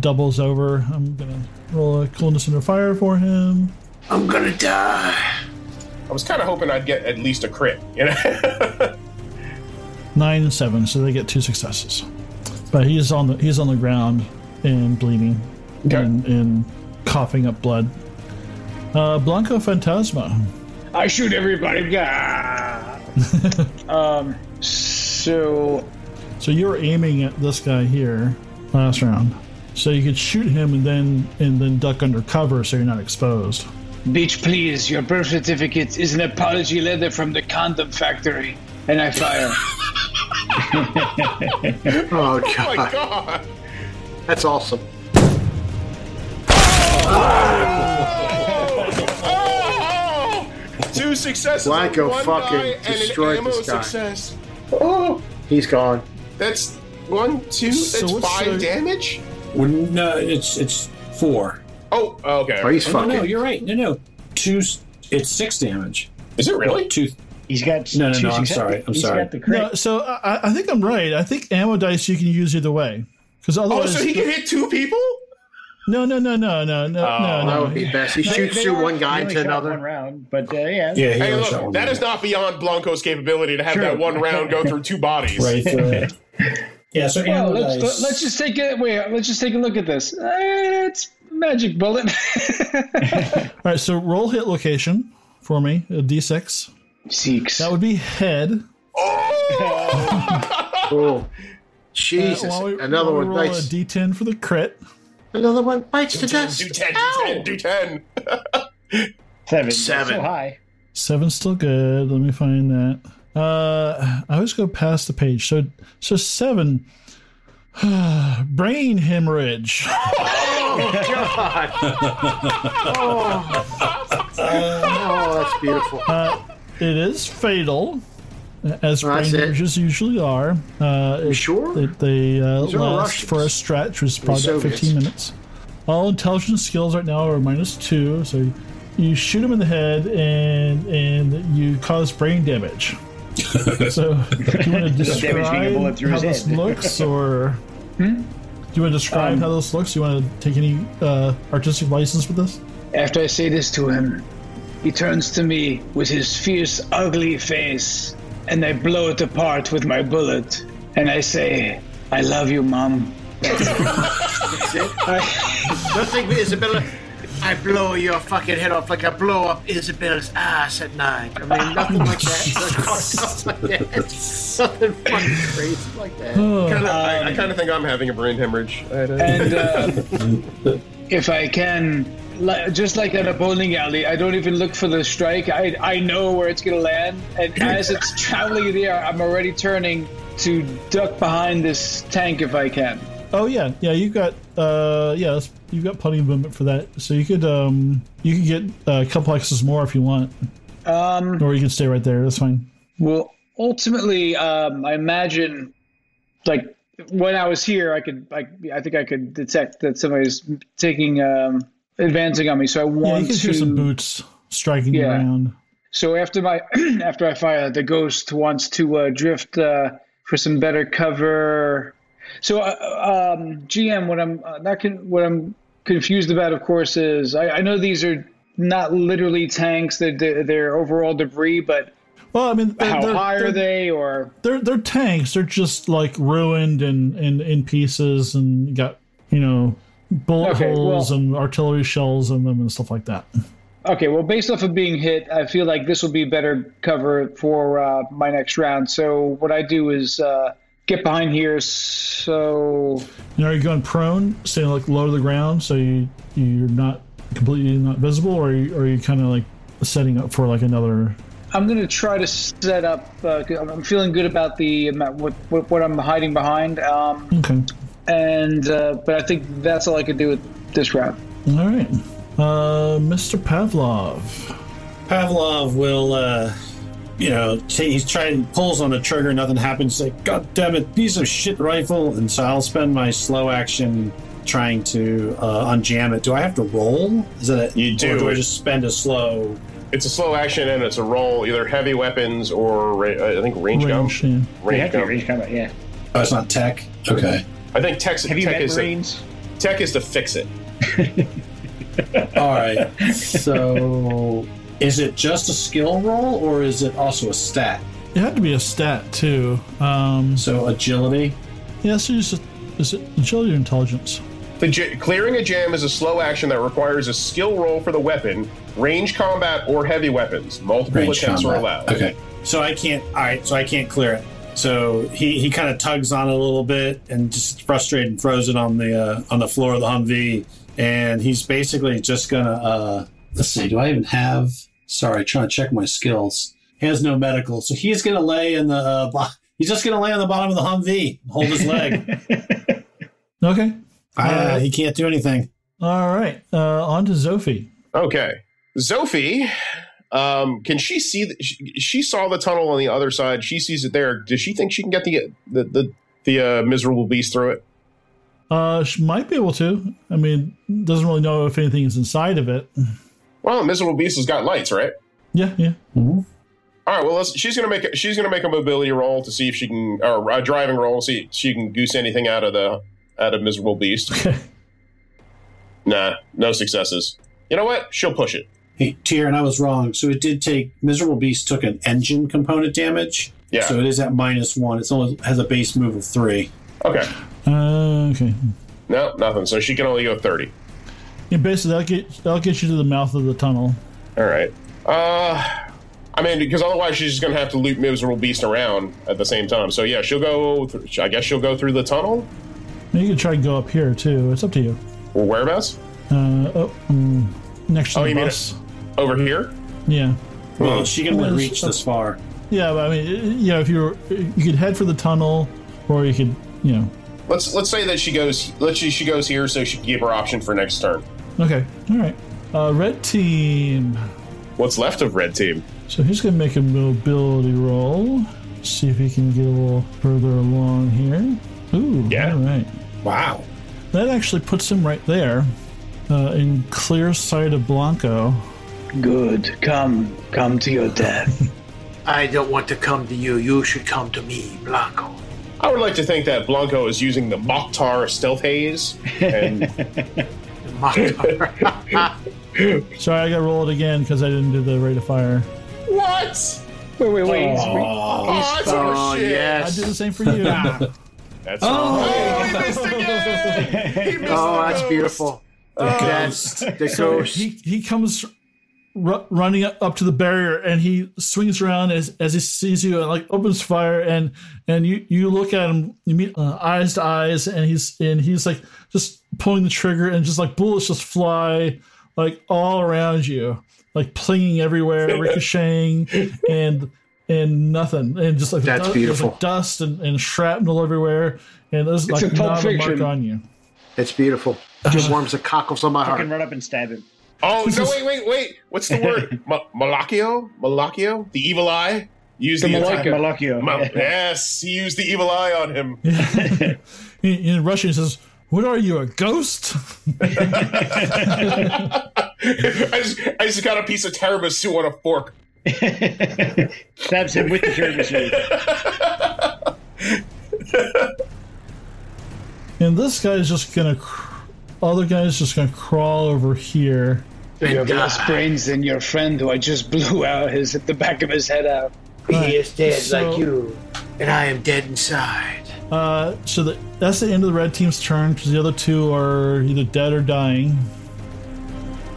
doubles over. I'm gonna roll a coolness under fire for him. I'm gonna die. I was kind of hoping I'd get at least a crit. You know. Nine and seven, so they get two successes. But he's on the he's on the ground and bleeding Okay. and, and coughing up blood. Uh, Blanco Fantasma. I shoot everybody. Gah! um, so So you're aiming at this guy here last round. So you could shoot him and then and then duck under cover so you're not exposed. Beach, please. Your birth certificate is an apology letter from the condom factory. And I fire. Oh, oh God. my god. That's awesome. Oh! Two successes. Blanco one fucking die and an destroyed ammo this guy. Success. Oh, He's gone. that's one, two. That's So what's five the- damage. Wouldn't- No, it's it's four. Oh, okay. Oh, he's Oh, no, no, fucking. you're right. No, no, two. s- It's six damage. Is it really? Two. He's got No, no, two no, I'm success- sorry, I'm he's sorry. got the crit. No, so I, I- I think I'm right. I think ammo dice you can use either way. Because Oh, otherwise, so he can hit two people? no, no, no, no, no, no, no, Oh, That no. would be best. He They- shoots they through only- one guy they only into shot One another. round, but uh, yeah. Yeah, he Hey, only look, shot one. that is not beyond Blanco's capability to have True. that one round go through two bodies. right through it. Yeah, so Well, ammo let's dice. let's just take a wait. Let's just take a look at this. Uh, it's magic bullet. All right, so roll hit location for me, a d6. Six. That would be head. Cool. Uh, Jesus. while we- another while we one roll bites. a d10 for the crit. another one bites the dust. Do 10, Ow! do 10, do 10. Seven. Seven. So high. Seven's still good. Let me find that. Uh, I always go past the page. So, so seven. Brain hemorrhage. God. oh. oh, that's beautiful. It is fatal, as Well, brain that's it. hemorrhages usually are. Uh, You it- sure? It, they uh, These are all last Russians. for a stretch, which is probably about Soviets. 15 minutes. All intelligence skills right now are minus two, so you shoot him in the head and and you cause brain damage. so, do you want to describe damage being a bullet through how his this head. Hmm? Um, looks, or do you want to describe how this looks? Do you want to take any uh, artistic license with this? After I say this to him, He turns to me with his fierce, ugly face, and I blow it apart with my bullet. And I say, I love you, Mom. Don't think me, Isabella. I blow your fucking head off like I blow up Isabella's ass at night. I mean, nothing like that. Something fucking crazy like that. Kinda, I, I kind of think I'm having a brain hemorrhage. I don't- And uh, if I can, li- just like at a bowling alley, I don't even look for the strike. I, I know where it's going to land. And as it's traveling in the air, I'm already turning to duck behind this tank if I can. Oh yeah, yeah. You've got uh, yeah, that's, you've got plenty of movement for that. So you could um, you could get uh, a couple extras more if you want, Um, or you can stay right there. That's fine. well, ultimately, um, I imagine, like, when I was here, I could, I, I think I could detect that somebody's taking, um, advancing on me. So I Yeah, you want can to. hear some boots striking Yeah. around. So after my after I fire, the ghost wants to uh, drift uh, for some better cover. So uh, um, GM, what I'm uh, not con- what I'm confused about, of course, is I, I know these are not literally tanks; they're, they're, they're overall debris. But Well, I mean, they're, how they're, high they're, are they? Or They're they're tanks. They're just like ruined and and in pieces and got you know bullet Okay, well- holes and artillery shells in them and stuff like that. okay, well, based off of being hit, I feel like this will be better cover for uh, my next round. So what I do is uh, get behind here. So And are you going prone, staying like low to the ground, so you you're not completely not visible, or are you, or are you kind of like setting up for like another? I'm gonna try to set up. Uh, 'cause I'm I'm feeling good about the amount- what what, what I'm hiding behind, um, Okay, and uh, but I think that's all I could do with this round. all right, uh, Mr. Pavlov. Pavlov will, uh, you know, t- he's trying pulls on the trigger, nothing happens. He's like, God damn it, piece of shit rifle! And so I'll spend my slow action trying to uh, unjam it. Do I have to roll? Is that a, You do. Or do I just spend a slow? it's a slow action and it's a roll, either heavy weapons or ra- I think Range, range, yeah. gun. They Range have to be gun. range combat, yeah. Oh, it's not tech. Okay. I think tech, Have you tech, met is to, Marines? tech is to fix it. All right. So, is it just a skill roll, or is it also a stat? It had to be a stat too. Um, So agility. yeah, so you just is it agility or intelligence? The j- clearing a jam is a slow action that requires a skill roll for the weapon, range combat, or heavy weapons. Multiple range attempts are combat. allowed. Okay. So I can't. All right. So I can't clear it. So he, he kind of tugs on it a little bit and just frustrated and throws it on the uh, on the floor of the Humvee. And he's basically just gonna. Uh, let's see. Do I even have? Sorry, trying to check my skills. He has no medical, so he's gonna lay in the. Uh, bo- he's just gonna lay on the bottom of the Humvee, and hold his leg. Okay, Ah, he can't do anything. all right, uh, on to Zophie. Okay. Zophie, um, can she see? The, she, she saw the tunnel on the other side. She sees it there. Does she think she can get the the the, the uh, miserable beast through it? Uh, she might be able to. I mean, doesn't really know if anything is inside of it. Well, miserable beast has got lights, right? Yeah, yeah. All right. Well, let's, she's gonna make a, she's gonna make a mobility roll to see if she can or a driving roll to see if she can goose anything out of the out of miserable beast. Okay. Nah, no successes. You know what? She'll push it. Hey, Tier, and I was wrong. So it did take miserable beast took an engine component damage. Yeah. So it is at minus one. It's only has a base move of three. Okay. Uh, okay. No, nothing. So she can only go thirty. Yeah, basically, that'll get that'll get you to the mouth of the tunnel. All right. Uh, I mean, because otherwise she's just gonna have to loop miserable beast around at the same time. So yeah, she'll go. Th- I guess she'll go through the tunnel You can try and go up here too. It's up to you. or whereabouts Uh, oh, mm, next to Oh, the you mean bus. over here. Yeah, Well, she can only Well, reach this far. yeah. But I mean, you know, if you were, you could head for the tunnel, or you could, you know. Let's let's say that she goes. Let's say she goes here, so she can give her option for next turn. Okay, all right. Uh, red team. What's left of red team? So he's gonna make a mobility roll. See if he can get a little further along here. Ooh, Yeah. All right. Wow. That actually puts him right there, uh, in clear sight of Blanco. Good, come, come to your death. I don't want to come to you. You should come to me, Blanco. I would like to think that Blanco is using the Mokhtar stealth haze, and Mokhtar. Sorry, I got to roll it again because I didn't do the rate of fire. What? Wait, wait, wait. Oh, that's Oh, shit. I did yes. the same for you. That's Oh, he missed again. He missed Oh, the that's ghost. beautiful. That's the ghost. he he comes r- running up to the barrier and he swings around as, as he sees you and like opens fire and and you you look at him you meet uh, eyes to eyes and he's and he's like just pulling the trigger and just like bullets just fly like all around you like plinging everywhere ricocheting and and nothing and just like That's dust, beautiful. like dust and, and shrapnel everywhere and there's like a Pulp not a mark Fiction. on you That's beautiful. Just warms the cockles on my Fucking heart. run up and stab him. Oh no! Wait, wait, wait! What's the word? Ma- Malachio? Malachio? The evil eye? Use the, Malachio. attack- Malachio. Ma- yes, he used the evil eye on him. in, in russian he says what are you a ghost I just, I just got a piece of tiramisu on a fork. Stabs him with the tiramisu. And this guy's just gonna. Cr- other guy's just gonna crawl over here. You have And, uh, less brains than your friend who I just blew out his the back of his head out. He is dead So- like you, and I am dead inside. Uh, so the, that's the end of the red team's turn because the other two are either dead or dying.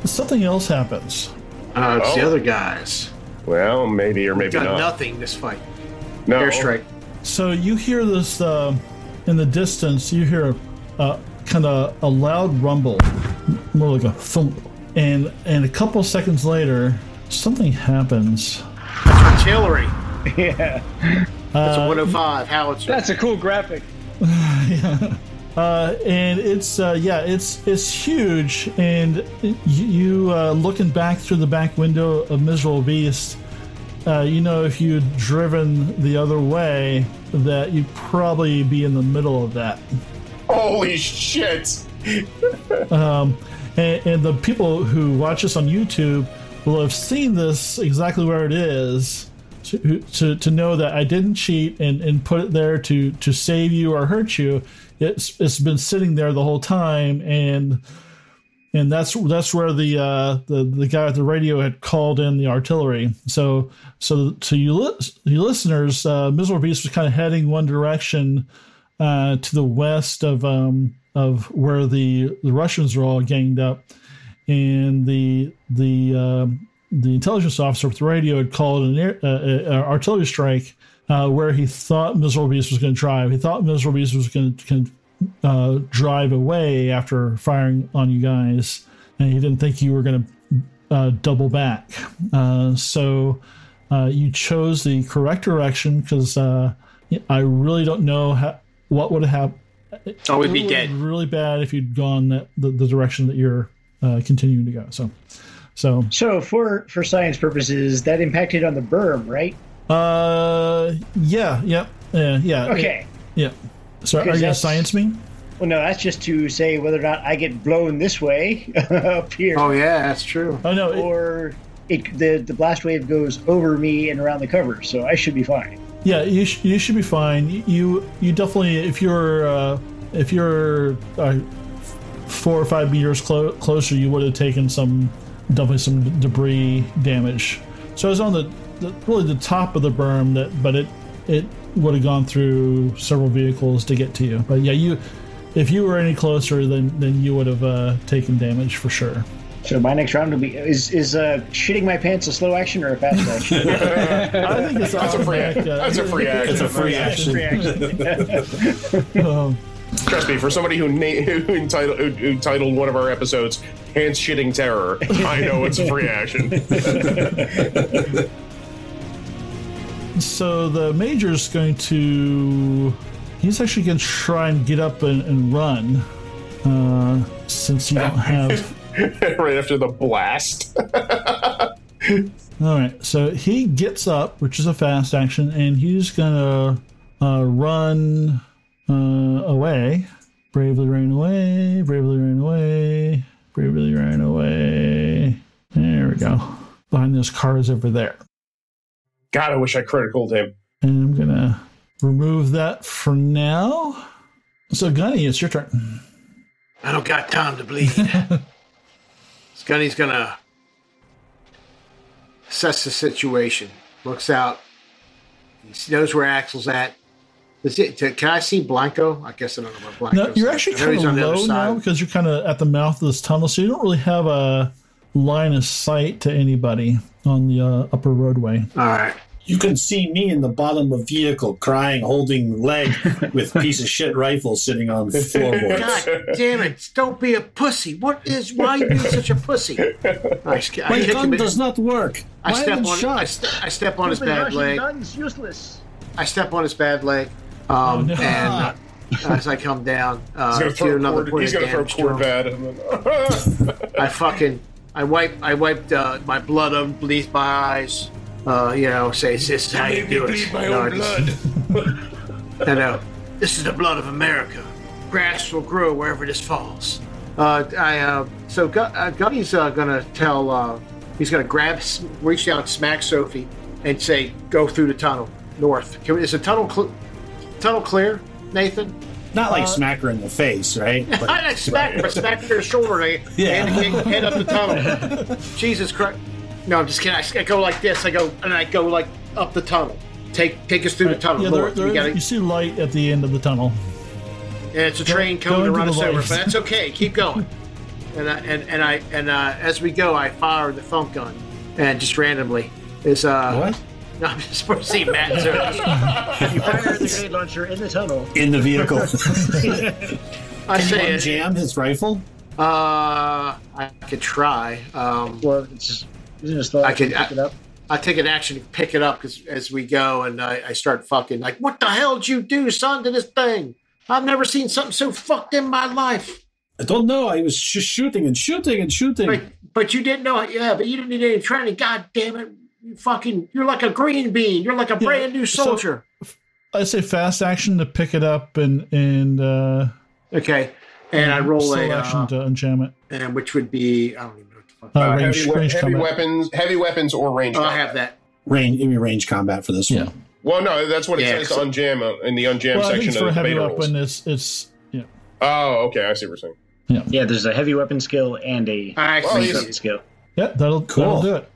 But something else happens. Uh, it's the Oh. other guys. Well, maybe or maybe Got not. nothing this fight. No. Airstrike. So you hear this uh, in the distance. You hear uh, kind of a loud rumble, m- more like a thump. And and a couple seconds later, something happens. Artillery. yeah. That's a 105 howitzer. That's a cool graphic. Uh, and it's uh, yeah, it's it's huge. And y- you uh, looking back through the back window of Miserable Beast, uh, you know if you'd driven the other way, that you'd probably be in the middle of that. Holy shit! And, and the people who watch us on YouTube will have seen this exactly where it is. To, to, to know that I didn't cheat and, and put it there to, to save you or hurt you, it's it's been sitting there the whole time, and and that's that's where the uh, the the guy at the radio had called in the artillery. So so to you, li- you listeners, uh, Miserable Beast was kind of heading one direction uh, to the west of um, of where the, the Russians are all ganged up, and the the um the intelligence officer with the radio had called an air, uh, uh, uh, artillery strike uh, where he thought Miserable Beast was going to drive. He thought Miserable Beast was going to uh, drive away after firing on you guys, and he didn't think you were going to uh, double back. Uh, so uh, you chose the correct direction because uh, I really don't know how, what would have happened. Oh, we'd be It would've dead. been Really bad if you'd gone that, the, the direction that you're uh, continuing to go. So, so So for for science purposes, that impacted on the berm, right? uh, yeah, yep, yeah, yeah. Okay. yeah. So, are you gonna that's- science me? Well, no, that's just to say whether or not I get blown this way up here, Oh, yeah, that's true. Oh no, it- or it, the the blast wave goes over me and around the cover, so I should be fine. Yeah, you, sh- you should be fine. You you definitely if you're uh, if you're uh, four or five meters clo- closer, you would have taken some definitely some d- debris damage. So it was on the, the really the top of the berm that, but it it would have gone through several vehicles to get to you. But yeah, you if you were any closer, then then you would have uh, taken damage for sure. So my next round will be is is uh, shitting my pants a slow action or a fast action? I think it's That's a free automatic, action. uh, That's a free action. It's a free action. Free action. Trust me, for somebody who na- who, entitled, who, who titled one of our episodes "Pants Shitting Terror," I know it's a free action. So the major's going to. He's actually going to try and get up and, and run, uh, since you don't have. right after the blast. All right, so he gets up, which is a fast action, and he's going to uh, run uh, away. Bravely ran away. Bravely ran away. Bravely ran away. There we go. Behind those cars over there. God, I wish I criticaled him. And I'm gonna remove that for now. So Gunny, it's your turn. I don't got time to bleed. Scunny's gonna assess the situation. Looks out. He knows where Axel's at. Is it, can I see Blanco? I guess I don't know where Blanco. No, you're actually kind of low now because you're kind of at the mouth of this tunnel, so you don't really have a line of sight to anybody on the uh, upper roadway. All right. You can see me in the bottom of vehicle crying, holding leg with piece of shit rifle sitting on the floorboards. God damn it! Don't be a pussy. What is? Why are you such a pussy? I, s- I My kick gun him in- does not work. I Why step haven't on. shot? I, st- I step on his Stupid bad Russian leg. Guns useless. I step on his bad leg, um, no. and uh, as I come down, uh, He's gonna do throw, another Cord- point he's of gonna throw damage to him. Corvette. and then- I fucking I wipe I wiped uh, my blood underneath my eyes. Uh, you know, say this is how you do it. You know, I just- I know. This is the blood of America. Grass will grow wherever this falls. Uh, I uh, so Gu- uh, Gunny's uh, gonna tell. Uh, he's gonna grab, s- reach down, smack Sophie, and say, "Go through the tunnel north." Can, we- is the tunnel cl- tunnel clear, Nathan? Not like smack her in the face, right? But I like smack her, smack her shoulder, eh? and Yeah. yeah. head, head up the tunnel. Jesus Christ! No, I'm just kidding. I, I go like this. I go and I go like up the tunnel. Take take us through the tunnel. yeah, there, north. there you is- gotta, you see light at the end of the tunnel. and it's a train coming to into run the us over, lights. but that's okay. Keep going. And I, and, and I and uh, as we go, I fire the thump gun, and just randomly is uh. what? No, I'm just supposed to see Matt. and Sarah. You fire the grenade launcher in the tunnel. In the vehicle. I say it. Jam his rifle. Uh, I could try. Um, Well, it's just isn't it slow? I could- pick I- it up. I take an action to pick it up 'cause- as we go, and I, I start fucking like, "What the hell did you do, son, to this thing? I've never seen something so fucked in my life." I don't know. I was sh- shooting and shooting and shooting. But but you didn't know, yeah. But you didn't need any training. God damn it, you fucking, you're like a green bean. You're like a brand new so- soldier. I say fast action to pick it up and and uh, okay, and I roll slow a, action uh, to enchant it. and which would be I don't even know what the fuck. Uh, Uh, range, heavy, we- range heavy combat. weapons, heavy weapons, or range. Oh, I combat. have that. Range, give me range combat for this Yeah. one. Well, no, that's what it Yeah, says to unjam uh, in the unjam Well, I think section it's for a of the heavy beta weapon. It's rules. it's yeah. Oh, okay, I see what you're saying. Yeah, there's a heavy weapon skill and a I Well, actually he's- see weapon it. skill. Yeah, that'll that'll Cool. do it.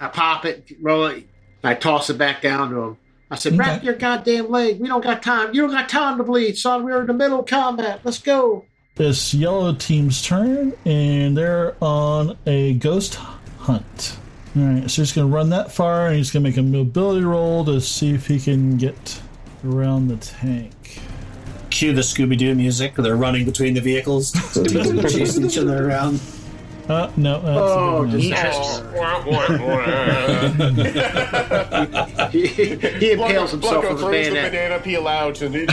I pop it, roll it, I toss it back down to him. I said, Okay. "Wrap your goddamn leg. We don't got time. You don't got time to bleed, son. We're in the middle of combat. Let's go." It's yellow team's turn, and they're on a ghost hunt. All right, so he's going to run that far, and he's going to make a mobility roll to see if he can get around the tank. Cue the Scooby Doo music. They're running between the vehicles, chasing each other around. Uh, no, that's Oh, no. disaster! he he, he impales himself with a throws the bayonet. banana peel out and he-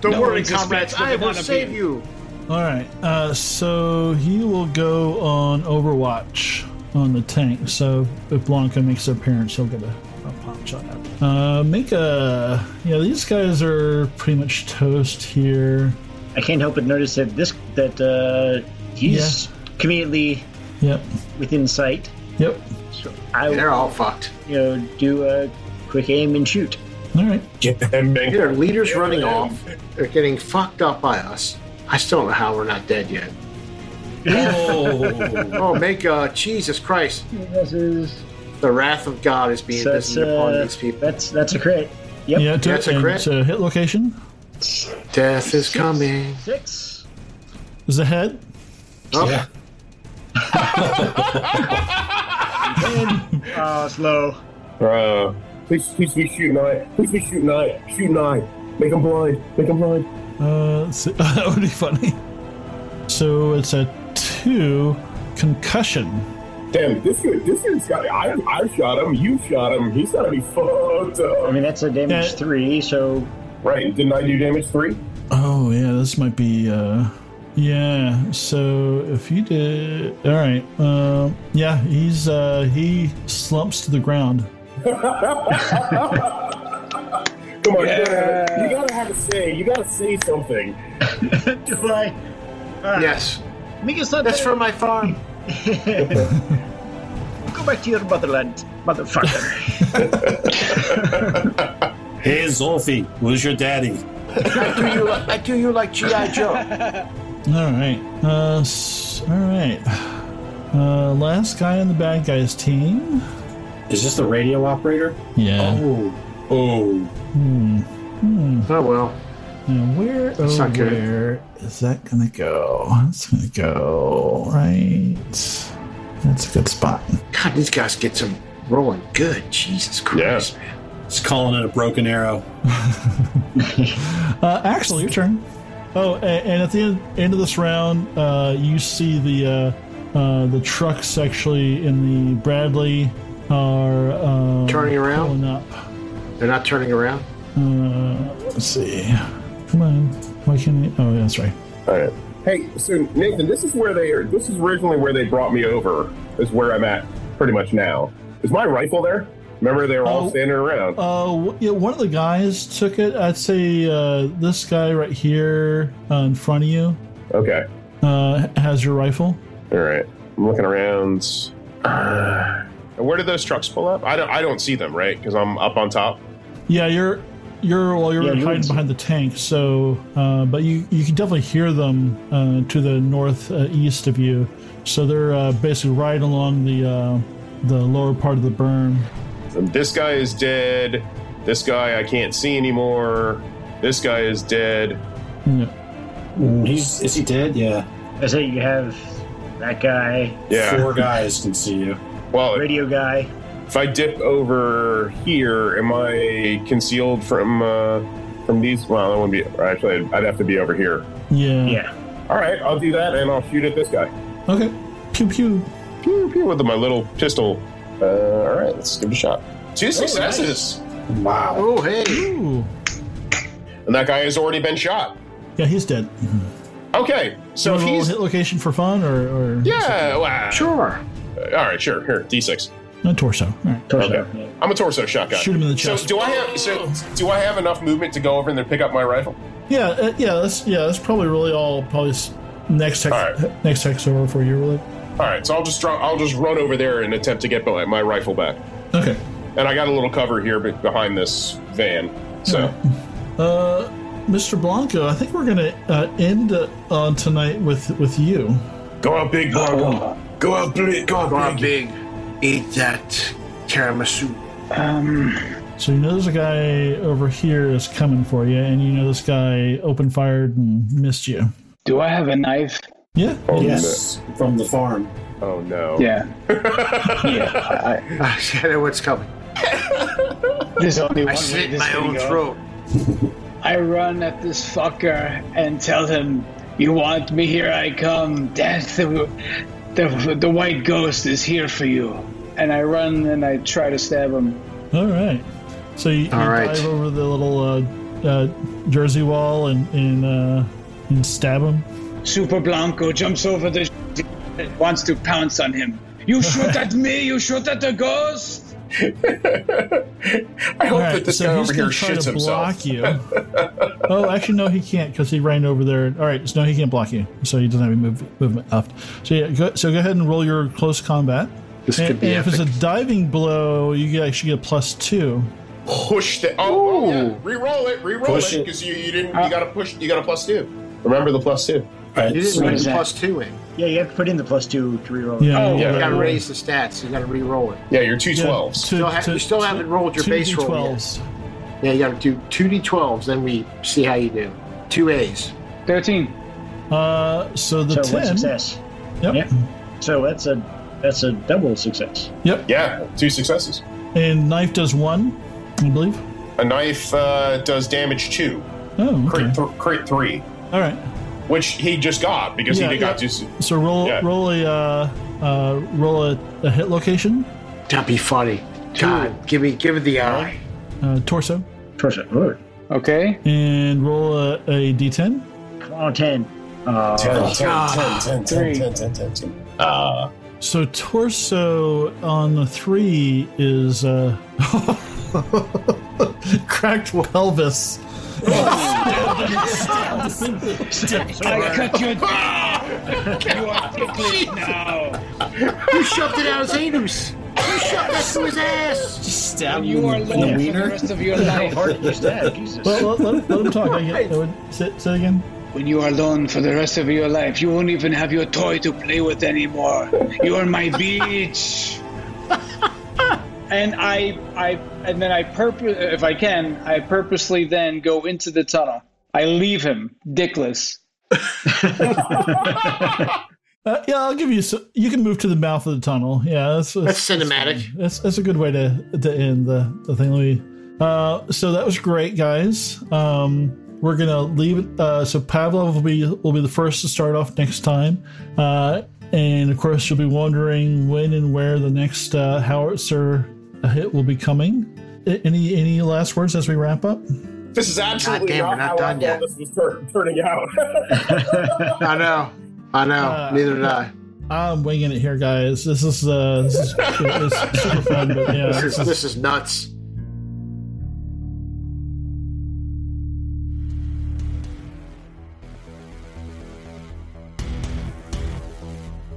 Don't worry, one suspects comrades. the I will banana save peel. you. All right, uh, so he will go on Overwatch on the tank. So if Blanca makes an appearance, he'll get a, a pop shot. At uh, make a yeah. These guys are pretty much toast here. I can't help but notice that this that uh, he's conveniently Yep, within sight. yep. So I They're will all fucked. you know, do a quick aim and shoot. All right. and bang. Their leaders running off. They're getting fucked up by us. I still don't know how we're not dead yet. Oh, Oh, make uh, Jesus Christ! This is The wrath of God is being so that's, visited upon uh, these people. that's that's a crit. Yep. Yeah, to, That's a and crit. to hit location Death is coming. Six. is a head. Oh, yeah. Oh, it's low. Bro. Please, please, please shoot nine. Please, please shoot nine. Shoot nine. Make him blind. Make him blind. Uh, let's see. that would be funny. So it's a two concussion. Damn, this dude, this dude's got. I, I shot him. You shot him. He's gotta be fucked I up. mean, that's a damage Yeah. three. So Right? Didn't I do damage three? Oh yeah, this might be. uh Yeah. So if you did, all right. Um, yeah, he's uh he slumps to the ground. Come on, you, gotta have a, you gotta have a say. You gotta say something. do I? yes, Make it stop that's there. from my farm. Go back to your motherland, motherfucker. Hey, Zolfi, who's your daddy? I do you, I do you like G.I. Joe. All right. Uh, s- all right. Uh, last guy on the bad guys team. Is this the radio operator? Yeah. Oh. Oh. Oh well. And where? Oh, not good. where is that gonna go? That's gonna go right. That's a good spot. God, these guys get some rolling good. Jesus Christ, man. It's calling it a broken arrow. Uh, Axel, your turn. Oh, a- and at the end, end of this round, uh, you see the uh, uh, the trucks actually in the Bradley are uh, Turning around? pulling up. They're not turning around. Uh, let's see. Come on. Why can't I? Oh, yeah, that's right. All right. Hey, so Nathan, this is where they are. This is originally where they brought me over. Is where I'm at pretty much now. Is my rifle there? Remember, they were all Oh. standing around. Uh, w- yeah, one of the guys took it. I'd say uh, this guy right here uh, in front of you Okay. uh, has your rifle. All right. I'm looking around. Uh, where did those trucks pull up? I don't. I don't see them, right? Because I'm up on top. Yeah, you're you're well, you're Yeah, you hiding wouldn't see behind the tank. So, uh, but you you can definitely hear them uh, to the north uh, east of you. So they're uh, basically right along the uh, the lower part of the berm. And this guy is dead. This guy I can't see anymore. This guy is dead. Yeah. Mm, He's is he dead? Yeah. I say you have that guy, Yeah. Four guys can see you. Well, radio guy. if I dip over here, am I concealed from uh, from these? Well, that wouldn't be. Actually, I'd, I'd have to be over here. Yeah. Yeah. All right, I'll do that, and I'll shoot at this guy. Okay. Pew pew. Pew pew with my little pistol. Uh, all right, let's give it a shot. Two successes, Wow. Oh hey, Ooh. and that guy has already been shot. Yeah, he's dead. Okay, so So if he's hit location for fun or, or yeah, wow. sure. All right, sure. Here, d6. no torso. All right. Torso. Okay. I'm a torso shotgun. Shoot him in the So chest. do I have? So do I have enough movement to go over and then pick up my rifle? Yeah, uh, yeah, that's yeah, that's probably really all probably s- next hex, All next hex over for you, really. All right, so I'll just draw, I'll just run over there and attempt to get my, my rifle back. Okay. And I got a little cover here be- behind this van. So, Uh, Mr. Blanco, I think we're gonna uh, end uh, on tonight with with you. go out big, Blanco. Go out big. Go Go out big. Eat that tiramisu. Um, So you know there's a guy over here is coming for you, and you know this guy open fired and missed you. Do I have a knife? Yeah. Oh, Yes. From the farm. No. Oh no. Yeah. yeah. I, I know what's coming. there's only I one way slit this my can own go. throat. I run at this fucker and tell him, "You want me? Here I come! Death, the, the, the white ghost is here for you." And I run and I try to stab him. All right. So you, you All right. dive over the little uh, uh, jersey wall and and, uh, and stab him. Super Blanco jumps over the and wants to pounce on him. You shoot at me! You shoot at the ghost! I hope All that right, this so guy he's over here going to try shits to himself. block you. oh, actually, no, he can't because he ran over there. All right, so no, he can't block you, so he doesn't have any move, movement left. So yeah, go, so go ahead and roll your close combat. This And, could be and if epic. it's a diving blow, you get- actually get a plus two. Push the. Oh, oh yeah. Ooh. Re-roll it. Re-roll Push it Uh, it. because you, you didn't. You got to push. You got a plus two. Remember the plus two. All right, You didn't so- raise is the that? plus two in. Yeah, you have to put in the plus two to reroll. Yeah, Oh, yeah. You got to Right. raise the stats. You got to re-roll it. Yeah, you're two twelves. to- Still ha- to- you still haven't rolled your two base roll D12s. Yeah, you got to do two d12s. Then we see how you do. Two A's. Thirteen. Uh, so the So one ten. success. Yep. Yeah. So that's a that's a double success. Yep. Yeah, two successes. And knife does one, I believe. A knife uh, does damage two. Oh, okay. Crit, th- crit three, All right. which he just got because Yeah, he did yeah. got two. su- So roll Yeah. roll a uh, uh, roll a, a hit location, Don't be funny. God, give me give it the eye. uh, torso. Torso. Ooh. Okay. and roll a, a d10. Come on, ten. Uh, Ten, ten, Ah, ten, ten, three. ten, ten, ten, ten. Ah. So torso on the three is uh, cracked pelvis. I cut your. you are complete now. You shoved it out his anus. You shoved that through his ass. Stab You are in the, in lost for the the wiener. rest of your life. Hard to use that. Jesus. Well, let, let, let him talk. I get, I would, say, say it again. When you are alone for the rest of your life, you won't even have your toy to play with anymore. You are my bitch. and I, I, and then I purpose, if I can, I purposely then go into the tunnel. I leave him, dickless. Uh, yeah, I'll give you. So you can move to the mouth of the tunnel. Yeah, that's That's that's, cinematic. that's, that's a good way to to end the the thing. Let me. Uh, so that was great, guys. Um, we're gonna leave. it- Uh, so Pavlov will be will be the first to start off next time, uh, and of course you'll be wondering when and where the next uh, Howitzer uh, hit will be coming. A- Any any last words as we wrap up? This is absolutely Goddamn, we're not not, how done I yet. thought this was tur- turning out. I know. I know. Neither did I. I'm winging it here, guys. This is uh, this is, it's super fun. But yeah, This is, this is nuts.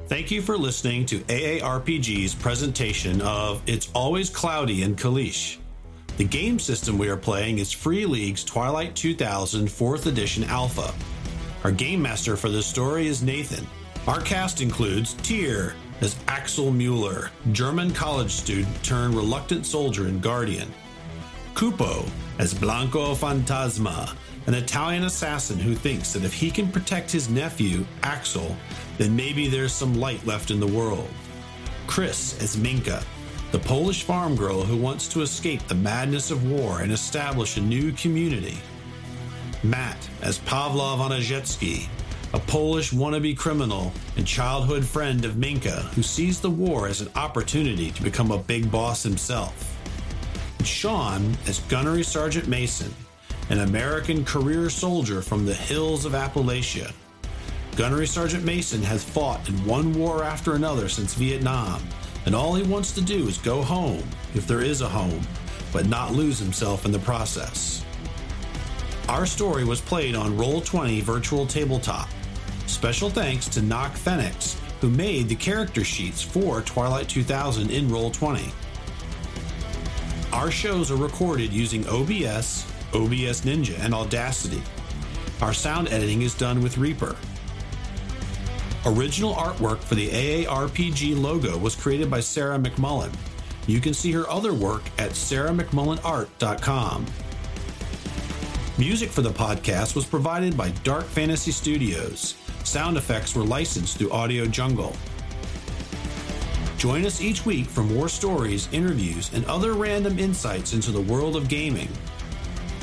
Thank you for listening to AARPG's presentation of It's Always Cloudy in Kalish. The game system we are playing is Free League's Twilight 2000 4th Edition Alpha. Our game master for this story is Nathan. Our cast includes Tyr as Axel Mueller, German college student turned reluctant soldier and guardian. Kupo as Blanco Fantasma, an Italian assassin who thinks that if he can protect his nephew, Axel, then maybe there's some light left in the world. Chris as Minka, the Polish farm girl who wants to escape the madness of war and establish a new community. Matt as Pavlov Onazhetsky, a Polish wannabe criminal and childhood friend of Minka who sees the war as an opportunity to become a big boss himself. Sean as Gunnery Sergeant Mason, an American career soldier from the hills of Appalachia. Gunnery Sergeant Mason has fought in one war after another since Vietnam, and all he wants to do is go home, if there is a home, but not lose himself in the process. Our story was played on Roll20 Virtual Tabletop. Special thanks to Nock Fenix, who made the character sheets for Twilight 2000 in Roll20. Our shows are recorded using OBS, OBS Ninja, and Audacity. Our sound editing is done with Reaper. Original artwork for the AARPG logo was created by Sarah McMullen. You can see her other work at sarahmcmullenart.com. Music for the podcast was provided by Dark Fantasy Studios. Sound effects were licensed through Audio Jungle. Join us each week for more stories, interviews, and other random insights into the world of gaming.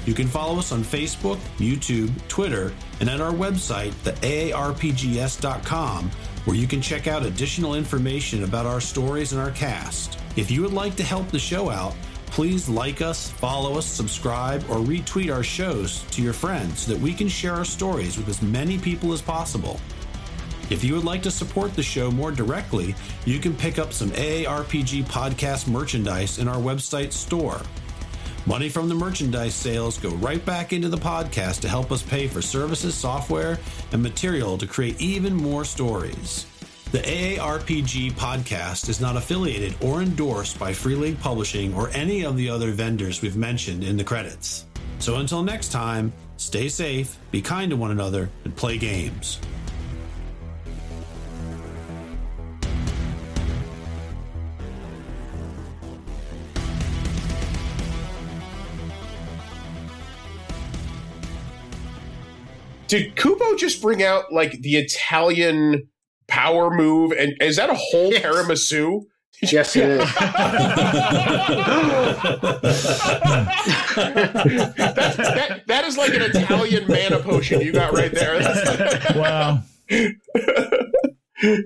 You can follow us on Facebook, YouTube, Twitter, and at our website, theaarpgs.com, where you can check out additional information about our stories and our cast. If you would like to help the show out, please like us, follow us, subscribe, or retweet our shows to your friends so that we can share our stories with as many people as possible. If you would like to support the show more directly, you can pick up some AARPG podcast merchandise in our website store. Money from the merchandise sales go right back into the podcast to help us pay for services, software, and material to create even more stories. The AARPG podcast is not affiliated or endorsed by Free League Publishing or any of the other vendors we've mentioned in the credits. So until next time, stay safe, be kind to one another, and play games. Did Kubo just bring out like the Italian power move? And is that a whole Yes. tiramisu? Yes, it is. That that is like an Italian mana potion you got right there. That's- Wow.